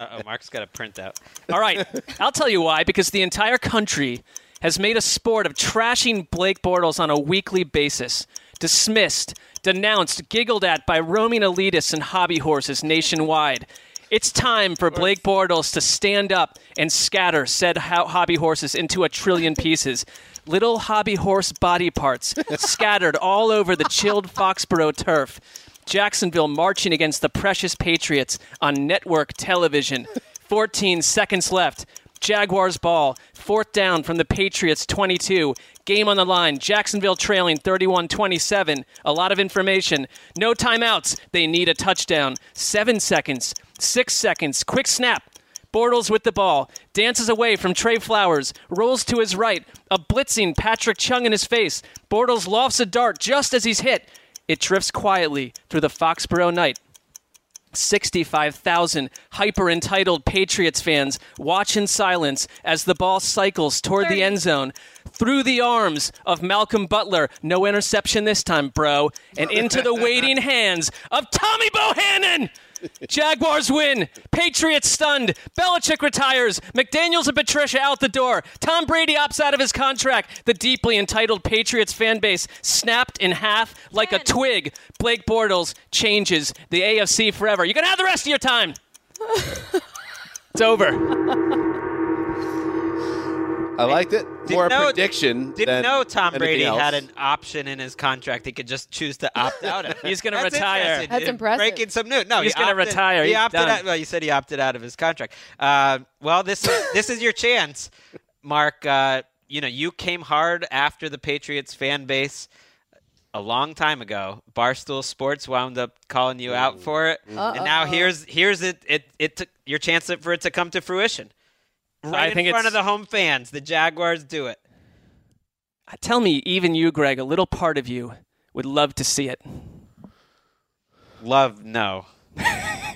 Uh oh, Mark's got a printout. All right. I'll tell you why. Because the entire country has made a sport of trashing Blake Bortles on a weekly basis, dismissed, denounced, giggled at by roaming elitists and hobby horses nationwide. It's time for Blake Bortles to stand up and scatter said ho- hobby horses into a trillion pieces. Little hobby horse body parts scattered all over the chilled Foxborough turf. Jacksonville marching against the precious Patriots on network television. 14 seconds left. Jaguars ball. Fourth down from the Patriots 22. Game on the line. Jacksonville trailing 31 27. A lot of information. No timeouts. They need a touchdown. Seven seconds. Six seconds. Quick snap. Bortles with the ball, dances away from Trey Flowers, rolls to his right, a blitzing Patrick Chung in his face. Bortles lofts a dart just as he's hit. It drifts quietly through the Foxborough night. 65,000 hyper entitled Patriots fans watch in silence as the ball cycles toward the end zone through the arms of Malcolm Butler. No interception this time, bro. And into the waiting hands of Tommy Bohannon. Jaguars win. Patriots stunned. Belichick retires. McDaniels and Patricia out the door. Tom Brady opts out of his contract. The deeply entitled Patriots fan base snapped in half like a Ten. twig. Blake Bortles changes the AFC forever. You're going to have the rest of your time. it's over. I liked it. More a know- prediction. Didn't than know Tom anything Brady else. had an option in his contract. He could just choose to opt out of. it. He's gonna [laughs] That's retire. interesting. That's You're impressive. Breaking some news. No, He's he gonna opted- retire. He He's opted done. out. Well, you said he opted out of his contract. Uh, well, this is [laughs] this is your chance, Mark. Uh, you know, you came hard after the Patriots fan base a long time ago. Barstool Sports wound up calling you out for it, and now here's here's it it it took your chance for it to come to fruition. Right I think in front it's- of the home fans, the Jaguars do it. Tell me, even you, Greg, a little part of you would love to see it. [laughs] Love, no. I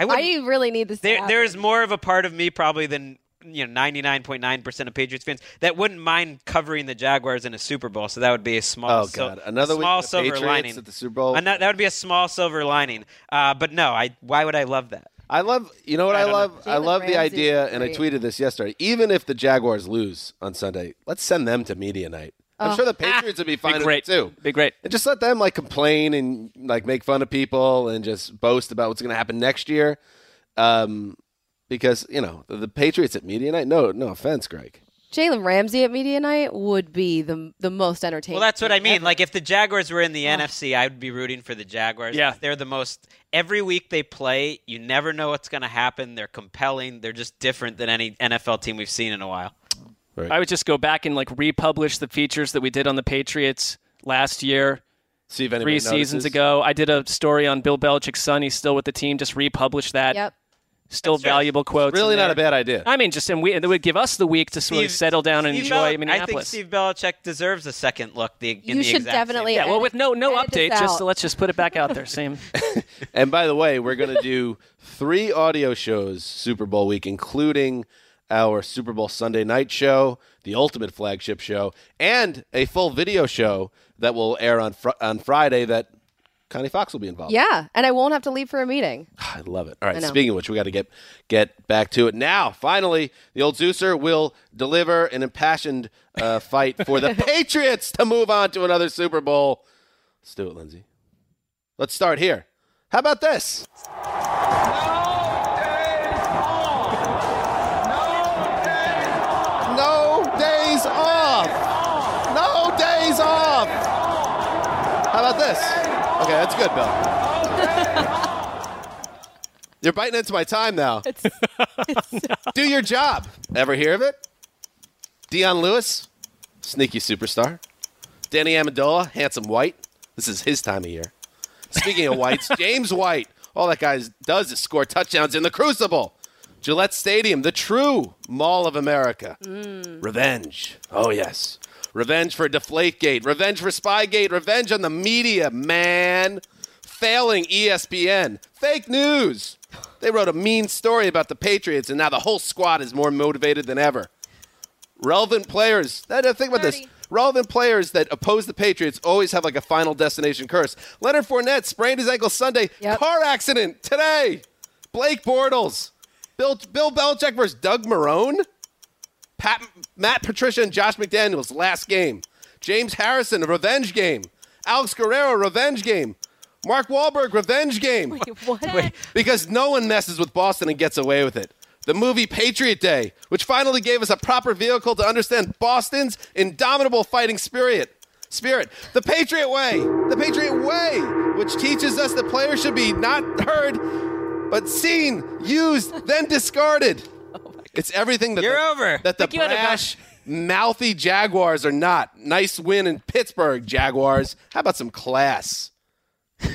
would. I really need this. to there, happen. there is more of a part of me probably than you know, ninety nine point nine percent of Patriots fans that wouldn't mind covering the Jaguars in a Super Bowl. So that would be a small. Oh, sil- God. Another week small of the silver Patriots lining at the Super Bowl. Ano- that would be a small silver lining. Uh, but no, I. Why would I love that? I love. You know what I, I don't know. love? I Jalen love Ramsey the idea, was and I great. tweeted this yesterday. Even if the Jaguars lose on Sunday, let's send them to media night. Oh. I'm [laughs] sure the Patriots would be fine Be with great. it too. Be great. And just let them like complain and like make fun of people and just boast about what's going to happen next year. Um, because you know the, the Patriots at media night. No, no offense, Greg. Jalen Ramsey at media night would be the the most entertaining. Well, that's what I mean. Like if the Jaguars were in the NFC, I would be rooting for the Jaguars. Yeah. they're the most. Every week they play, you never know what's going to happen. They're compelling. They're just different than any NFL team we've seen in a while. I would just go back and like republish the features that we did on the Patriots last year, See if anybody three notices. seasons ago. I did a story on Bill Belichick's son. He's still with the team. Just republish that. Yep. Still That's right. valuable quotes. in Really not there. a bad idea. I mean, just and we and it would give us the week to sort of Steve- settle down and Steve enjoy Bel- I think Minneapolis. Steve Belichick deserves a second look. The, in You the should exact same definitely- way. yeah, well, with no no Edit this update, just out. let's just put it back out there. Same. And by the way, we're going to do three audio shows Super Bowl week, including our Super Bowl Sunday night show, the ultimate flagship show, and a full video show that will air on fr- on Friday that Connie Fox will be involved. Yeah, and I won't have to leave for a meeting. [sighs] I love it. All right. know. Speaking of which, we got to get get back to it now. Finally, the old Zeuser will deliver an impassioned uh, fight for the Patriots to move on to another Super Bowl. Let's do it, Lindsay. Let's start here. How about this? No days off. No days off. How about this? Okay, that's good, Bill. You're biting into my time now. [laughs] Do your job. Ever hear of it? Dion Lewis, sneaky superstar. Danny Amendola, handsome white. This is his time of year. Speaking of whites, James White. All that guy does is score touchdowns in the crucible. Gillette Stadium, the true mall of America. Revenge. Oh, yes. Revenge for Deflategate. Revenge for Spygate. Revenge on the media, man. Failing E ESPN. Fake news. They wrote a mean story about the Patriots, and now the whole squad is more motivated than ever. Relevant players. I didn't Think about this. Dirty. Relevant players that oppose the Patriots always have like a final destination curse. Leonard Fournette sprained his ankle Sunday. Yep. Car accident today. Blake Bortles. Bill, Bill Belichick versus Doug Marone. Pat, Matt Patricia and Josh McDaniels, last game. James Harrison, a revenge game. Alex Guerrero, revenge game. Mark Wahlberg, revenge game. What? Because no one messes with Boston and gets away with it. The movie Patriot Day, which finally gave us a proper vehicle to understand Boston's indomitable fighting spirit. Spirit. The Patriot Way. The Patriot Way, which teaches us that players should be not heard, but seen, used, then discarded. It's everything that You're the, over. that the Think you had a brash, mouthy Jaguars are not. Nice win in Pittsburgh, Jaguars. How about some class?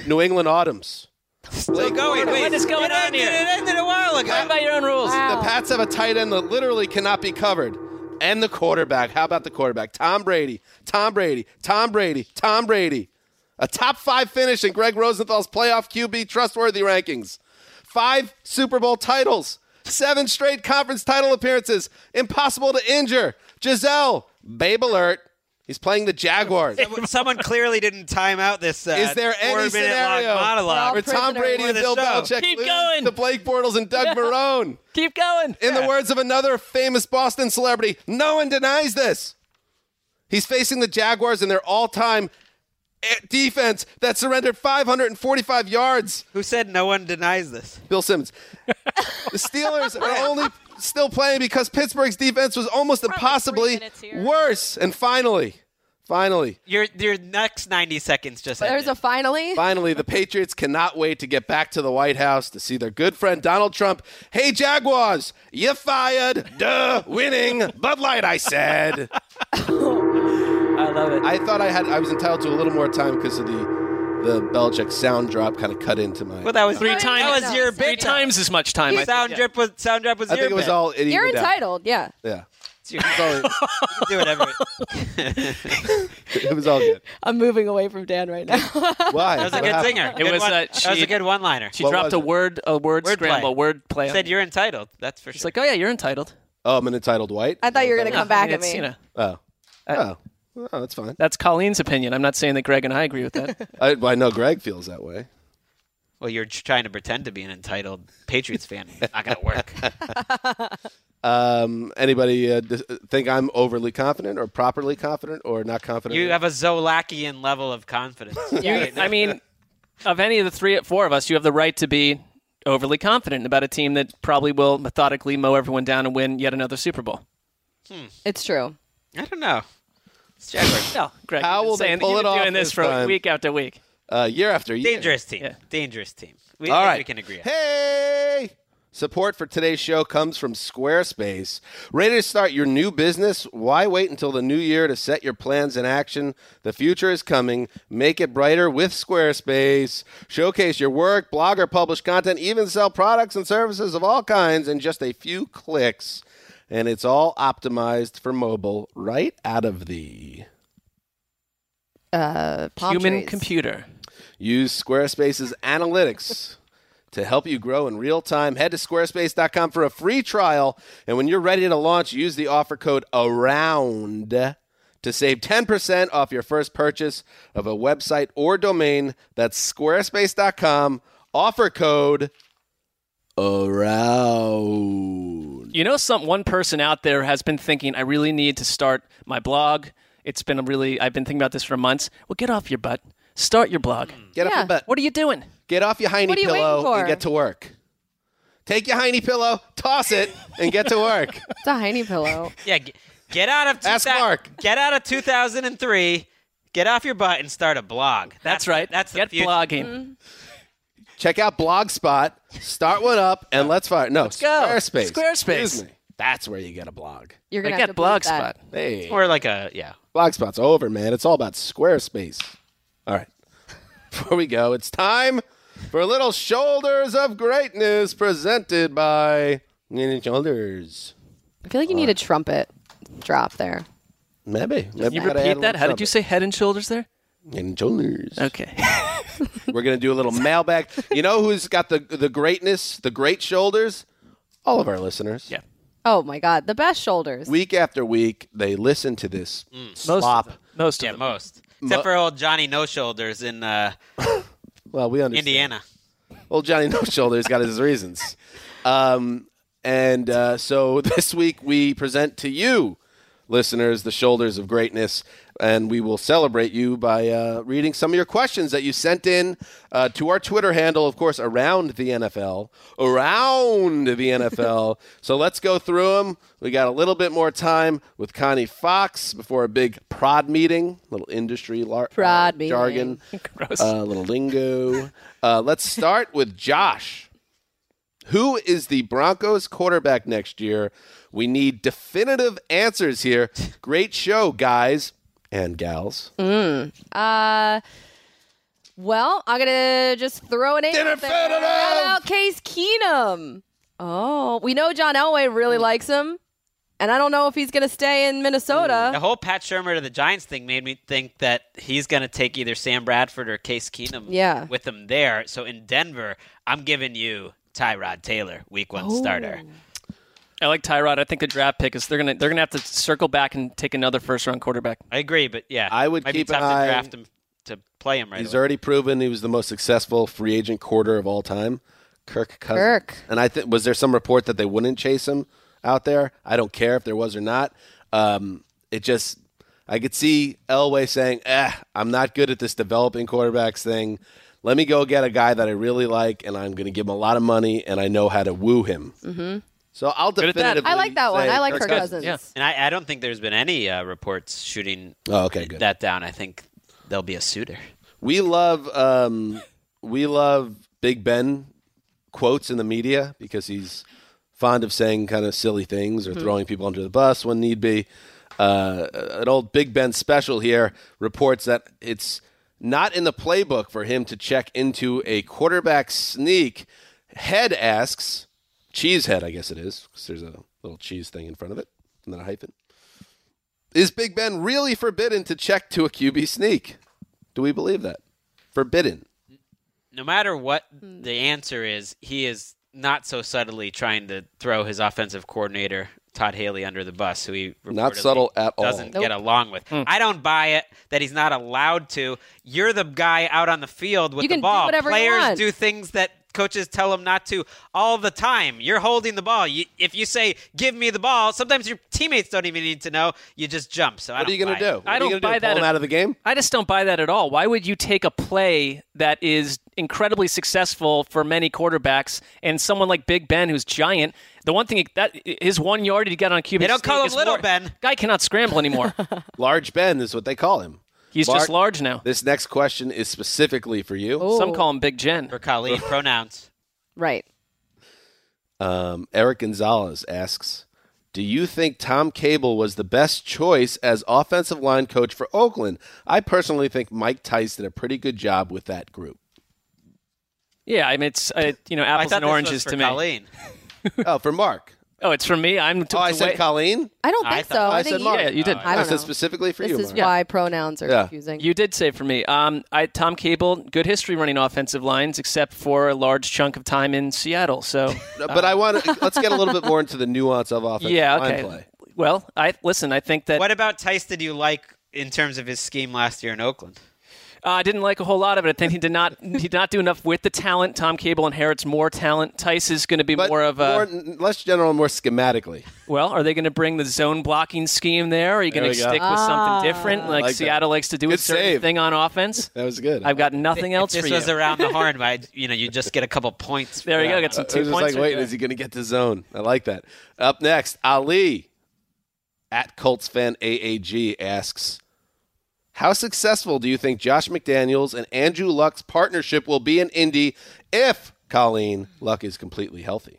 New England Autumns. Still going. Wait, What is going it on ended, here? It ended a while Run ago. by your own rules. The Pats have a tight end that literally cannot be covered. And the quarterback. How about the quarterback? Tom Brady. Tom Brady. Tom Brady. Tom Brady. A top five finish in Greg Rosenthal's playoff QB trustworthy rankings. Five Super Bowl titles. Seven straight conference title appearances. Impossible to injure. Giselle. Babe alert. He's playing the Jaguars. [laughs] Someone clearly didn't time out this. Uh, Is there any four-minute scenario long monologue? where Tom prisoner Brady for and the Bill show. Belichick Keep lose going. to Blake Bortles and Doug Marone? Keep going. In the words of another famous Boston celebrity, no one denies this. He's facing the Jaguars in their all time defense that surrendered 545 yards. Who said no one denies this? Bill Simmons. the Steelers are only still playing because Pittsburgh's defense was almost impossibly minutes here. worse. And finally, finally, Your your next ninety seconds just. There's a ended. finally. Finally, the Patriots cannot wait to get back to the White House to see their good friend Donald Trump. Hey, Jaguars, you fired. Duh, winning. Bud Light, I said. I love it. I thought I had. I was entitled to a little more time because of the the Belichick sound drop kind of cut into my. well, that was Three that times- That was your Three Three bit. times as much time. I think. Sound drip was sound drop was I your think it was bit. all. It You're evened out. entitled. Yeah. Yeah, It's your- You can [laughs] do [laughs] whatever. [laughs] it was all good. I'm moving away from Dan right now. Why? That was a good singer. It Good was, one- uh, that was she- a good one-liner. She What dropped was a it? word, a word, Word play. scramble, word play. said you're entitled. That's for It's sure. like, oh yeah, you're entitled. Oh, I'm an entitled white. [laughs] I thought you were gonna come back at It's, me. You know, Oh, oh, oh, that's fine. that's Colleen's opinion. I'm not saying that Greg and I agree with that. I, I know Greg feels that way. well, you're j- trying to pretend to be an entitled Patriots fan. It's not gonna work. Um, anybody uh, dis- think I'm overly confident or properly confident or not confident? You have a Zolakian level of confidence. Yeah. I mean, of any of the three, four of us, you have the right to be overly confident about a team that probably will methodically mow everyone down and win yet another Super Bowl. It's true. I don't know. It's Jaguars. No, Greg. How you've been will they saying- pull you've it been off Doing this this for time? week after week. uh, year after year. Dangerous team. Yeah. Dangerous team. We, All I think right. we can agree. on. Hey, Support for today's show comes from Squarespace. Ready to start your new business? Why wait until the new year to set your plans in action? The future is coming. Make it brighter with Squarespace. Showcase your work, blog or publish content, even sell products and services of all kinds in just a few clicks. And it's all optimized for mobile right out of the Uh, palm Human trees. computer. Use Squarespace's analytics to help you grow in real time. Head to squarespace.com for a free trial. And when you're ready to launch, use the offer code AROUND to save 10% off your first purchase of a website or domain. That's squarespace.com. Offer code AROUND. You know, some one person out there has been thinking, I really need to start my blog. It's been a really, I've been thinking about this for months. Well, get off your butt. Start your blog. Get off Yeah. your butt. What are you doing? Get off your hiney What are you waiting pillow for? and get to work. Take your hiney pillow, toss it, and get to work. It's a hiney [laughs] pillow. Yeah, g- get out of 2000 Ask Mark. Get out of 2003. Get off your butt and start a blog. That's right. That's the get future. blogging. Mm-hmm. Check out Blogspot. Start one up and let's fire. No, go. Squarespace. Squarespace. Excuse me. That's where you get a blog. You're Like gonna have get to bleep that. Blogspot. Hey, Or like a yeah. Blogspot's over, man. It's all about Squarespace. All right. [laughs] Before we go, it's time for a little Shoulders of Greatness presented by Ninja Shoulders. I feel like you need a trumpet drop there. Maybe. Maybe You we gotta add a repeat that? little How did you something. say head and shoulders there? Ninja Shoulders. Okay. We're gonna do a little mailbag. You know who's got the the greatness, the great shoulders? All of our listeners. Yeah. Oh my God, the best shoulders. Week after week, they listen to this Mm. slop. Most of Yeah, them. most. Except for old Johnny No Shoulders in uh, Well, we understand. Indiana. Well, Johnny [laughs] No Shoulder's got his reasons. Um, and uh, so [laughs] this week we present to you, listeners, the shoulders of greatness, and we will celebrate you by uh, reading some of your questions that you sent in uh, to our Twitter handle, of course, around the NFL, around the [laughs] NFL. so let's go through them. We got a little bit more time with Connie Fox before a big prod meeting, little industry lar- uh, Prod meeting. jargon. Gross. A Uh, little lingo. Uh, let's start with Josh. Who is the Broncos quarterback next year? We need definitive answers here. Great show, guys and gals. Uh, well, I'm gonna just throw it in. Dinner there. fed it How up! about Case Keenum? Oh, we know John Elway Mm. really likes him, and I don't know if he's gonna stay in The Mm. Minnesota. whole Pat Shermer to the Giants thing made me think that he's going to take either Sam Bradford or Case Keenum Yeah. with him there. So in Denver, I'm giving you Tyrod Taylor, week one starter. I like Tyrod. I think the draft pick is they're gonna they're gonna have to circle back and take another first round quarterback. I agree, but yeah. I would might keep be an tough eye- to draft him to play him right He's away. already proven he was the most successful free agent quarter of all time. Kirk Cousins. Kirk. And I think was there some report that they wouldn't chase him out there? I don't care if there was or not. Um, it just I could see Elway saying, "Eh, I'm not good at this developing quarterbacks thing. Let me go get a guy that I really like, and I'm going to give him a lot of money, and I know how to woo him." Mm-hmm. So I'll at that. definitively. I like that one. say I like Kirk Kirk Cousins. Yeah. and I, I don't think there's been any uh, reports shooting Oh, okay, good. that down. I think there'll be a suitor. We love um, we love Big Ben quotes in the media because he's fond of saying kind of silly things or throwing people under the bus when need be. Uh, an old Big Ben special here reports that it's not in the playbook for him to check into a quarterback sneak. Head asks, Cheesehead, I guess it is, 'cause there's a little cheese thing in front of it and then a hyphen. Is Big Ben really forbidden to check to a QB sneak? Do we believe that? Forbidden. no matter what Hmm. the answer is, he is not so subtly trying to throw his offensive coordinator Todd Haley under the bus, who he Not reportedly subtle at all. doesn't get along with. Hmm. I don't buy it that he's not allowed to. You're the guy out on the field with You the can do ball. whatever you Players want. do things that coaches tell them not to all the time. You're holding the ball. You, if you say "Give me the ball," sometimes your teammates don't even need to know. You just jump. So What are you going to do? What I are you don't gonna buy do? that Pull him at- out of the game. I just don't buy that at all. Why would you take a play that is incredibly successful for many quarterbacks and someone like Big Ben, who's giant? The one thing he- that his one yard he got on a QB. They don't sneak call him is Little more- Ben. Guy cannot scramble [laughs] anymore. Large Ben is what they call him. He's just large now. This next question is specifically for you. [laughs] Oh. Some call him Big Jen. For Colleen, pronouns. Oh. Right. Um, Eric Gonzalez asks, "Do you think Tom Cable was the best choice as offensive line coach for Oakland? I personally think Mike Tice did a pretty good job with that [laughs] group." Yeah, I mean it's uh, you know I apples and thought this was oranges for to me. Colleen. oh, for Mark. Oh, it's from me. I'm Oh, I the said way- Colleen. I don't I think so. Oh, thought- I, I think said you- Mark. Yeah, you did. I don't said know. specifically for This you. is Mark. why pronouns are Yeah. confusing. You did say for me. Um, I Tom Cable, good history running offensive lines, except for a large chunk of time in [laughs] Seattle. So No, Uh, but I [laughs] want to let's get a little bit more into the nuance of offensive yeah, line okay. play. Well, I listen. I think that What about Tice did you like in terms of his scheme last year in Oakland? Uh, I didn't like a whole lot of it. I think he did not he did not do enough with the talent. Tom Cable inherits more talent. Tice is going to be But more of a more- less general, and more schematically. well. Are they going to bring the zone blocking scheme there? Are you going to we go. Ah. stick with something different, like, like that. Seattle likes to do Good a certain save. thing on offense? That was good. [laughs] I've got nothing else This for was you. around the horn, by you know, you just get a couple points. there you go. Get some I two was just points. like, right wait, there. is he going to get to zone? I like that. Up next, Ali at Colts fan AAG asks, "How successful do you think Josh McDaniels and Andrew Luck's partnership will be in Indy if Colleen Luck is completely healthy?"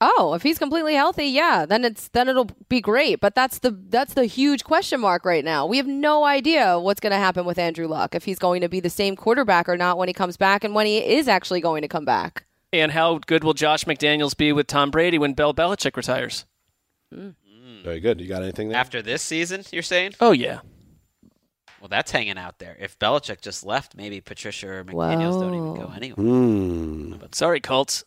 Oh, if he's completely healthy, yeah, then it's then it'll be great. But that's the that's the huge question mark right now. We have no idea what's going to happen with Andrew Luck if he's going to be the same quarterback or not when he comes back, and when he is actually going to come back. And how good will Josh McDaniels be with Tom Brady when Bill Belichick retires? Very good. You got anything there? After this season, you're saying? Oh yeah. Well, that's hanging out there. If Belichick just left, maybe Patricia or McDaniels don't even go anyway. Sorry, Colts.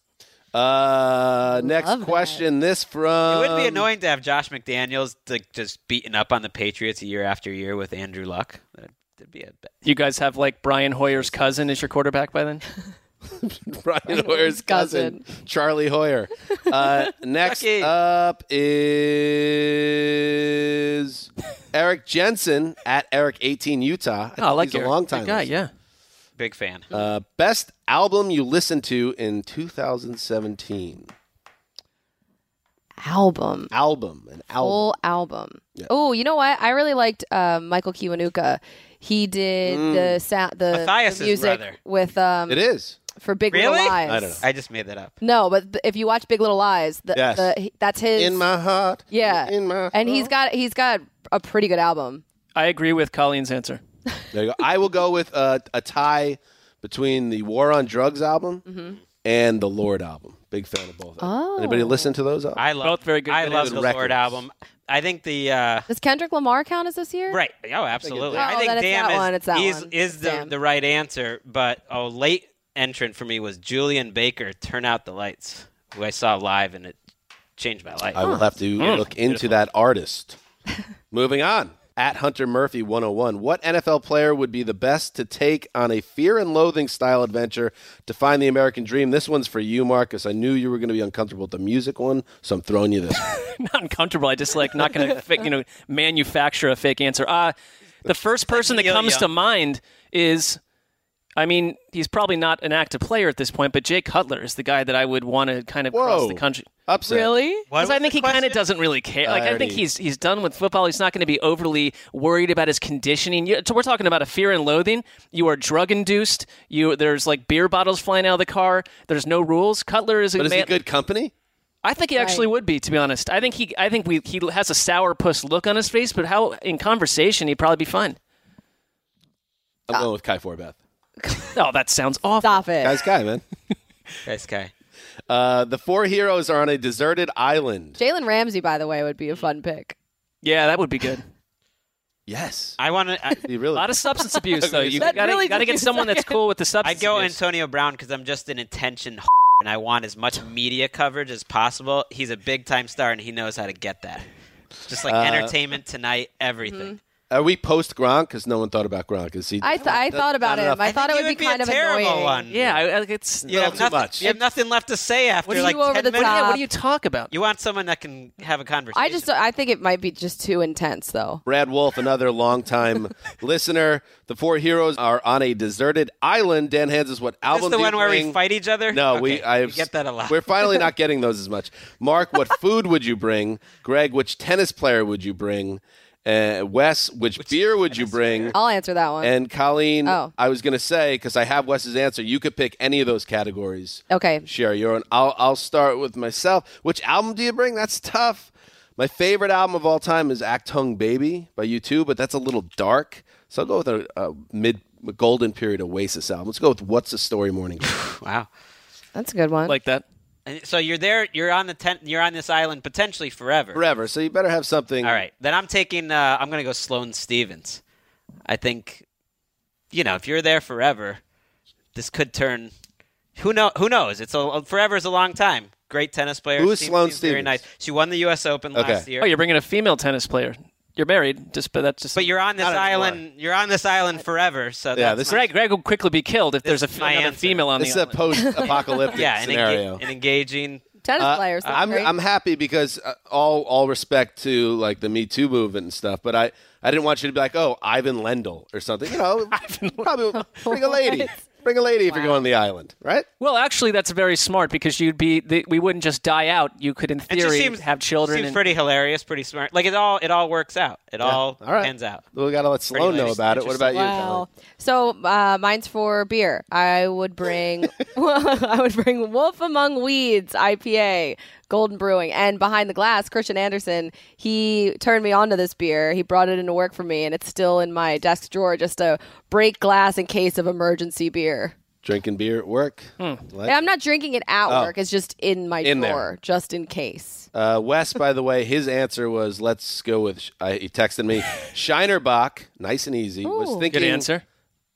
Uh, next Love that. question. This from it would be annoying to have Josh McDaniels like just beating up on the Patriots year after year with Andrew Luck. That'd, that'd be a You guys have like Brian Hoyer's cousin as your quarterback by then. Brian Hoyer's cousin, Charlie Hoyer. Uh, next Lucky. up is Eric Jensen at Eric 18 Utah. I Oh, I think like he's Eric. a long Good time guy. listener. Yeah. big fan. Uh, best album you listened to in 2017? Album, Album, an album. whole album. Oh, you know what? I really liked uh, Michael Kiwanuka. He did the sa- the, Mathias's the music brother. with um Mm. It is. for Big Really? Little Lies. I don't know. I just made that up. No, but th- if you watch Big Little Lies, the, Yes. the, he- that's his In my heart. yeah, In my and he's got he's got a pretty good album. I agree with Colleen's answer. There you go. I will go with uh, a tie between the War on Drugs album and the Lord album. Big fan of both. Oh. Anybody listen to those? Albums? I love Both very good I videos. love the Records. Lord album. I think the uh, Does Kendrick Lamar count as this year? Right. Oh, absolutely. Oh, I think then it's Damn that is, one, it's that is, one. is the, Damn. the right answer, but a late entrant for me was Julian Baker, Turn Out the Lights, who I saw live and it changed my life. I will have to Hmm. look into that [laughs] artist. Moving on. At Hunter Murphy 101, what NFL player would be the best to take on a fear and loathing style adventure to find the American dream? This one's for you, Marcus. I knew you were going to be uncomfortable with the music one, so I'm throwing you this. one. [laughs] not uncomfortable. I just like not going to you know manufacture a fake answer. Uh, the first person that Neil comes Young. to mind is, I mean, he's probably not an active player at this point, but Jay Cutler is the guy that I would want to kind of cross Whoa. the country. Upset. What Because I was think the he kind of question? doesn't really care. Like I think Alrighty. he's he's done with football. He's not going to be overly worried about his conditioning. You, so we're talking about a fear and loathing. You are drug induced. You there's like beer bottles flying out of the car. There's no rules. Cutler is a But is man. he good company? I think he actually Right. would be, to be honest. I think he, I think we, he has a sourpuss look on his face, but how in conversation he'd probably be fine. Uh, I'm going with Kai Forbath. Oh, that sounds awful. Stop it. Guy's Kai, [laughs] man. Nice guy. Uh, the four heroes are on a deserted island. Jalen Ramsey, by the way, would be a fun pick. Yeah, that would be good. Yes. I want [laughs] to. He A really. lot of substance abuse, though. You That got to really got to get confused someone that's cool with the I substance. go abuse. Antonio Brown because I'm just an attention [laughs] and I want as much media coverage as possible. He's a big time star and he knows how to get that. Just Uh, like entertainment tonight, everything. Mm-hmm. Are we post Gronk? Because no one thought about Gronk. Is he? I th- I thought about enough. him. I, thought it think would you be kind a of terrible annoying. one. yeah, I, I- it's You Little have, too nothing, much. you have nothing left to say after are like you over 10 the minutes. yeah. top? What do you talk about? You want someone that can have a conversation. I just I think it might be just too intense though. Brad Wolf, another [laughs] longtime listener. The four heroes are on a deserted island. Dan Hans is what Is album? this the do you one where we bring? fight each other? No, Okay, we I get that a lot. We're finally [laughs] not getting those as much. Mark, what food would you bring? Greg, which tennis player would you bring? Uh, Wes, which, beer would you bring? I'll answer that one. And Colleen, Oh. I was going to say because I have Wes's answer. You could pick any of those categories. okay. Share your own. I'll I'll start with myself. Which album do you bring? That's tough. My favorite album of all time is Act Hung Baby by U2, but that's a little dark. So I'll go with a, a mid golden period Oasis album. Let's go with What's the Story [laughs] Morning. Glory. Wow. That's a good one. like that. And so you're there. You're on the ten, You're on this island potentially forever. Forever. So you better have something. All right. Then I'm taking. Uh, I'm gonna go Sloane Stevens. I think, you know, if you're there forever, this could turn. Who know? Who knows? It's a forever is a long time. Great tennis player. Who is Seems- Sloane seems Very Stevens? nice. She won the U.S. Open Okay. last year. Oh, you're bringing a female tennis player. You're married, just but that's just. but you're on this Not anymore. island. You're on this island forever. So Yeah, that's this my- Greg. Greg will quickly be killed if there's a is f- my another answer. female on This is the a island. post-apocalyptic [laughs] yeah, an, enga- scenario. an engaging. Tennis [laughs] Uh, players. sound I'm great. I'm happy because uh, all all respect to like the Me Too movement and stuff, but I I didn't want you to be like, oh, Ivan Lendl or something. You [laughs] know, probably bring a lady, bring a lady if you're going to the island, right? Well, actually, that's very smart because you'd be. The, we wouldn't just die out. You could, in And she theory, seems have children. Seems and- pretty hilarious. Pretty smart. Like it all. It all works out. It all, All right, pans out. We got to let Sloan know ladies. about it. What about you? Wow. So uh, mine's for beer. I would bring [laughs] I would bring Wolf Among Weeds IPA, Golden Brewing, and behind the glass, Christian Anderson. He turned me on to this beer. He brought it into work for me, and it's still in my desk drawer, just a break glass in case of emergency beer. Drinking beer at work. Hmm. Like- I'm not drinking it at work. It's just in my In there. drawer, just in case. Uh, Wes, by the way, his answer was, "Let's go with." I he texted [laughs] me, Shinerbach, nice and easy. Was Ooh. thinking Good answer.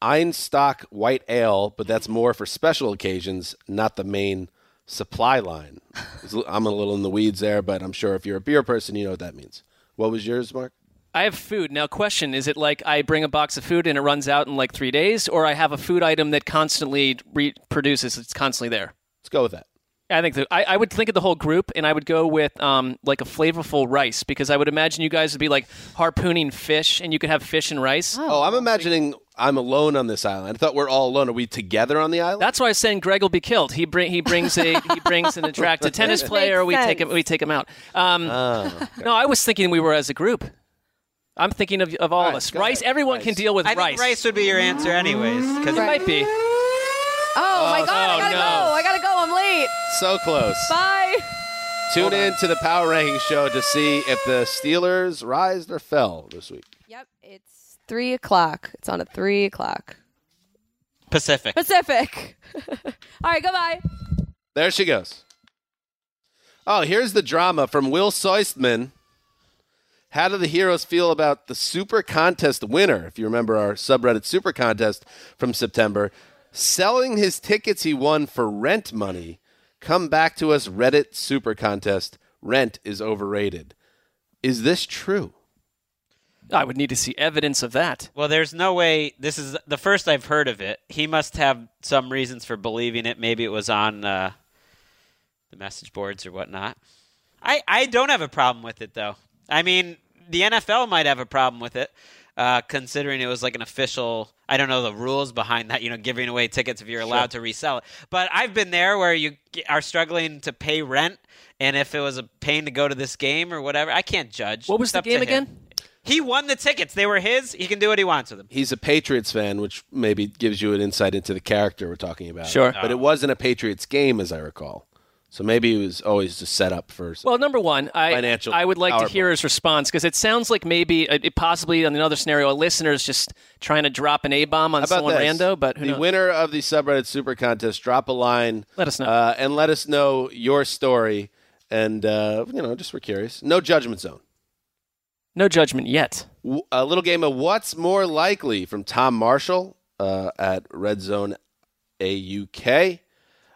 Einstock White Ale, but that's more for special occasions, not the main supply line. It's a li- I'm a little in the weeds there, but I'm sure if you're a beer person, you know what that means. What was yours, Mark? I have food. Now, question is it like I bring a box of food and it runs out in like three days, or I have a food item that constantly reproduces? It's constantly there. Let's go with that. I think that I, I would think of the whole group, and I would go with um, like a flavorful rice because I would imagine you guys would be like harpooning fish, and you could have fish and rice. Oh, I'm imagining I'm alone on this island. I thought we're all alone. Are we together on the island? That's why I was saying Greg will be killed. He bring he brings a he brings an [laughs] attractive tennis player. We take him we take him out. Um, Ah, No, I was thinking we were as a group. I'm thinking of, of all, of right, us. go Rice. ahead. Everyone can Rice. deal with I rice. think rice would be your answer, anyways. Because might be. Oh, my god! I oh, gotta no. go. I gotta go. I'm late. so close. Bye. Tune in to the Power Ranking Show to see if the Steelers rised or fell this week. Yep, it's three o'clock. It's on at three o'clock Pacific. Pacific. [laughs] All right, goodbye. There she goes. Oh, here's the drama from Will Soistman. How do the heroes feel about the Super Contest winner? If you remember our subreddit Super Contest from September, selling his tickets he won for rent money. Come back to us, Reddit Super Contest. Rent is overrated. Is this true? I would need to see evidence of that. Well, there's no way. This is the first I've heard of it. He must have some reasons for believing it. Maybe it was on uh, the message boards or whatnot. I, I don't have a problem with it, though. I mean, the NFL might have a problem with it, uh, considering it was like an official. I don't know the rules behind that, you know, giving away tickets if you're allowed to resell it. But I've been there where you g- are struggling to pay rent, and if it was a pain to go to this game or whatever, I can't judge. What was It's the up to game him. again? He won the tickets. They were his. He can do what he wants with them. He's a Patriots fan, which maybe gives you an insight into the character we're talking about. Sure. But it wasn't a Patriots game, as I recall. So maybe it was always just set up for. Well, number one, I Financial I would like to hear PowerPoint. his response because it sounds like maybe uh, it possibly on another scenario, a listener's just trying to drop an a bomb on How about someone this? rando. But who the knows? winner of the subreddit super contest, drop a line. Let us know. uh, and let us know your story. And uh, you know, just we're curious. No judgment zone. no judgment yet. W- A little game of what's more likely from Tom Marshall uh, at Red Zone AUK.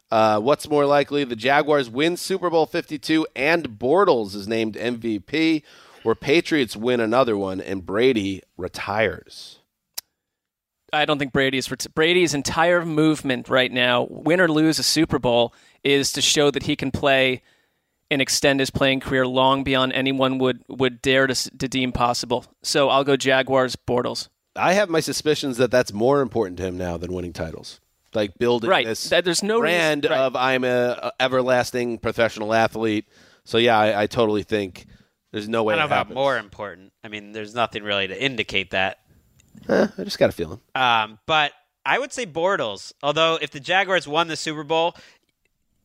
Uh, what's more likely? The Jaguars win Super Bowl 52 and Bortles is named MVP, or Patriots win another one and Brady retires. I don't think Brady's ret- Brady's entire movement right now, win or lose a Super Bowl, is to show that he can play and extend his playing career long beyond anyone would would dare to, s- to deem possible. So I'll go Jaguars Bortles. I have my suspicions that that's more important to him now than winning titles. Like building Right. this That there's no brand reason- right. of I'm a, a everlasting professional athlete. So yeah, I, I totally think There's no way. I don't it know about happens. more important. I mean, there's nothing really to indicate that. Eh, I just got a feeling. Um, but I would say Bortles. Although if the Jaguars won the Super Bowl,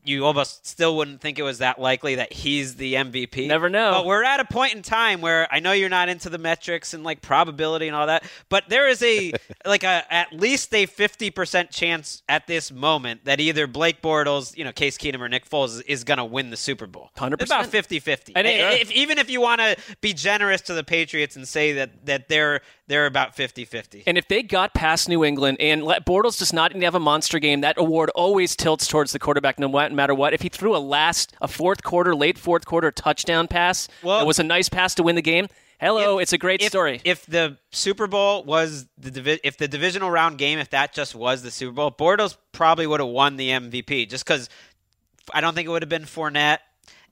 you almost still wouldn't think it was that likely that he's the MVP. Never know. But we're at a point in time where I know you're not into the metrics and like probability and all that, but there [laughs] is a like a at least a 50% chance at this moment that either Blake Bortles, you know, Case Keenum or Nick Foles is, is going to win the Super Bowl. 100%. It's about 50-50. And it- I- if, even if you want to be generous to the Patriots and say that that they're they're about 50-50. And if they got past New England and let Bortles does not have a monster game, that award always tilts towards the quarterback no wa- matter what. If he threw a last, a fourth quarter, late fourth quarter touchdown pass, Well- it was a nice pass to win the game. Hello, If- it's a great if- story. If the Super Bowl was the divi- if the divisional round game, if that just was the Super Bowl, Bortles probably would have won the MVP just because I don't think it would have been Fournette.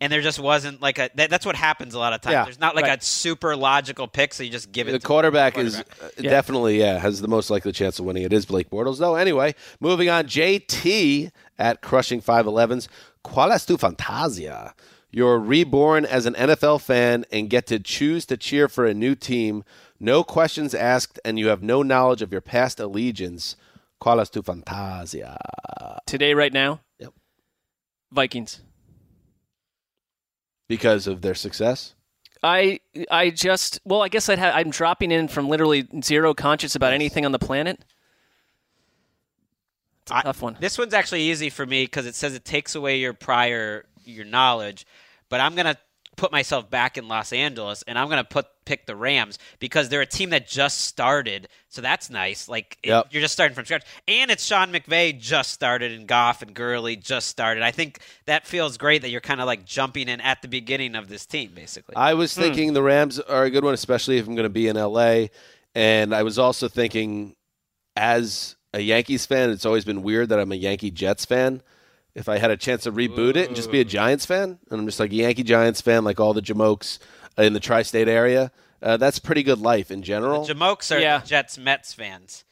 And there just wasn't like a. That, that's what happens a lot of times. Yeah, There's not like right. a super logical pick, so you just give it. The to quarterback, is uh, definitely yeah has the most likely chance of winning. It is Blake Bortles though. Anyway, moving on. JT at crushing 511s. ¿Cuál es tu fantasia? You're reborn as an NFL fan and get to choose to cheer for a new team. No questions asked, and you have no knowledge of your past allegiance. ¿Cuál es tu fantasia? Today, right now, Yep. Vikings. Because of their success. I I just well, I guess I'd ha- I'm dropping in from literally zero conscious about anything on the planet. It's a I- tough one. This one's actually easy for me because it says it takes away your prior your knowledge, but I'm gonna put myself back in Los Angeles and I'm gonna put pick the Rams because they're a team that just started, so that's nice. Like it- Yep. you're just starting from scratch, and it's Sean McVay just started, and Goff and Gurley just started. I think that feels great that you're kind of like jumping in at the beginning of this team, basically. I was thinking the Rams are a good one, especially if I'm going to be in LA. And I was also thinking, as a Yankees fan, it's always been weird that I'm a Yankee Jets fan. If I had a chance to reboot it and just be a Giants fan, and I'm just like a Yankee Giants fan, like all the Jamokes in the tri-state area, uh, that's pretty good life in general. the Jamokes are Yeah. the Jets Mets fans.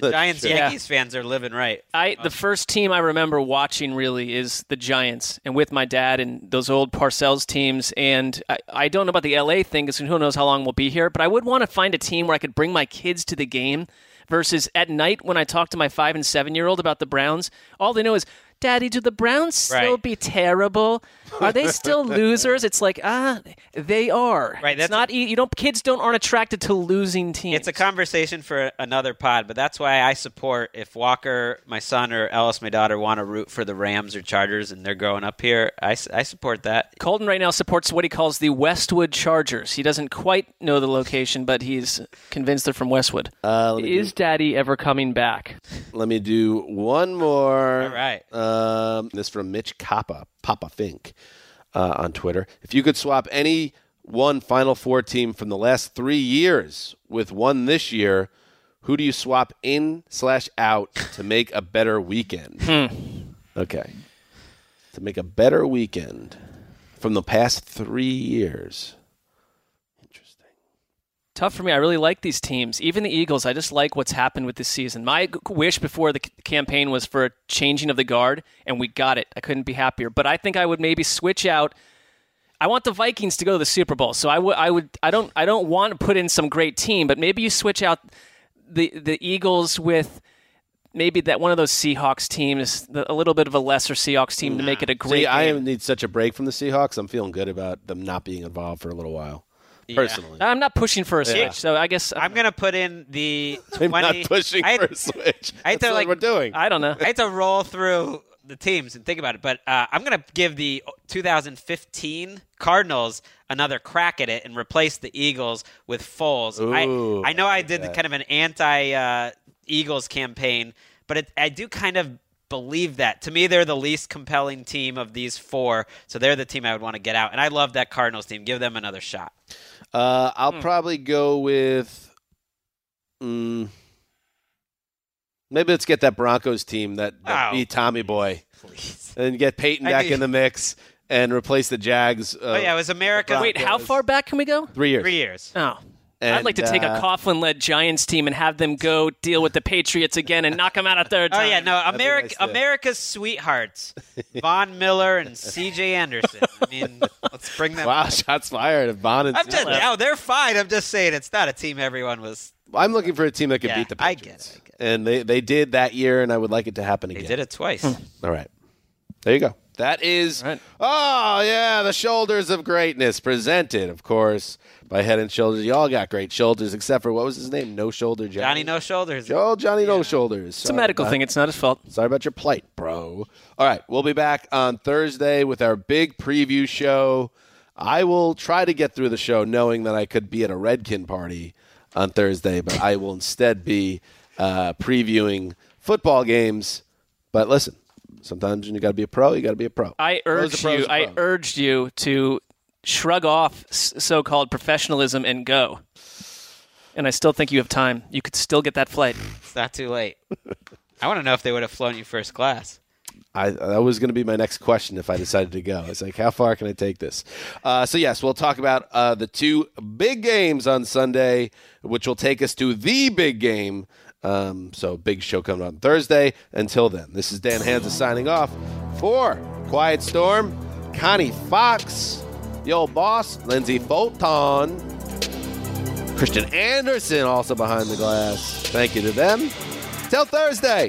[laughs] That's Giants true. Yankees fans are living right. I the first team I remember watching really is the Giants, and with my dad and those old Parcells teams. And I, I don't know about the LA thing because who knows how long we'll be here. But I would want to find a team where I could bring my kids to the game. Versus at night when I talk to my five and seven year old about the Browns, all they know is, "Daddy, do the Browns still Right. be terrible? Are they still [laughs] losers?" It's like ah, they are. Right, It's that's- not. e- You don't. Kids don't aren't attracted to losing teams. It's a conversation for another pod, but that's why I support if Walker, my son, or Ellis, my daughter, want to root for the Rams or Chargers and they're growing up here. I, s- I support that. Colton right now supports what he calls the Westwood Chargers. He doesn't quite know the location, but he's convinced they're from Westwood. Uh, let, me Is Daddy ever coming back? do, let me do one more. All right. Um, this from Mitch Kappa, Papa Fink, uh, on Twitter. If you could swap any one Final Four team from the last three years with one this year, who do you swap in slash out to make a better weekend? Hmm. Okay, to make a better weekend from the past three years. Interesting. Tough for me. I really like these teams. Even the Eagles, I just like what's happened with this season. My g- wish before the c- campaign was for a changing of the guard, and we got it. I couldn't be happier. But I think I would maybe switch out. I want the Vikings to go to the Super Bowl, so I would. I would. I don't. I don't want to put in some great team, but maybe you switch out the the Eagles with maybe that one of those Seahawks teams, the, a little bit of a lesser Seahawks team, to make it a great. See, I game. am- need such a break from the Seahawks. I'm feeling good about them not being involved for a little while. Personally, I'm not pushing for a switch, so I guess I'm going to put in [laughs] the 20. I'm not pushing I, for a switch. That's I had to, what like- we're doing. I [laughs] don't know. I had to roll through the teams and think about it, but uh, I'm going to give the 2015 Cardinals another crack at it and replace the Eagles with Foles. Ooh, I, I know I did kind of an anti uh, Eagles campaign, but it, I do kind of believe that. To me, they're the least compelling team of these four, so they're the team I would want to get out. And I love that Cardinals team. Give them another shot. Uh, I'll Hmm. probably go with. Mm, maybe let's get that Broncos team that, that Oh. beat Tommy Boy Please. and get Peyton I back think- in the mix and replace the Jags. Uh, Oh, yeah, it was America. LeBron. Wait, how far back can we go? three years. Three years. Oh, And, I'd like to take a uh, Coughlin led Giants team and have them go deal with the Patriots again and knock them out a third Oh time. yeah, no, be America, nice, too. America's sweethearts, Von Miller and C.J. Anderson. I mean, let's bring them. Wow, [laughs] shots fired at Vaughn and I'm just, Tua. no, they're fine. I'm just saying it's not a team everyone was. I'm looking for a team that could Yeah, beat the I get it, Patriots. I get And they, they did that year, and I would like it to happen They again. did it twice. All right. There you go. That is, All right. oh, yeah, the shoulders of greatness presented, of course, by Head and Shoulders. Y'all got great shoulders, except for what was his name? No Shoulder Johnny. Johnny No Shoulders. Oh, Johnny No Shoulders. It's a Uh, medical thing. It's not his fault. Sorry about your plight, bro. All right, we'll be back on Thursday with our big preview show. I will try to get through the show knowing that I could be at a Redkin party on Thursday, but I will instead be uh, previewing football games. But listen, sometimes when you got to be a pro, you got to be a pro. I Pros to urged pros you. to I pros. urged you to shrug off so called professionalism and go. And I still think you have time. You could still get that flight. It's not too late. I want to know if they would have flown you first class. I that was going to be my next question if I decided to go. It's like how far can I take this? Uh, so yes, we'll talk about uh, the two big games on Sunday, which will take us to the big game. Um, so big show coming on Thursday. Until then, this is Dan Hansa signing off for Quiet Storm, Connie Fox, the old boss Lindsay Bolton, Christian Anderson also behind the glass. Thank you to them. Till Thursday.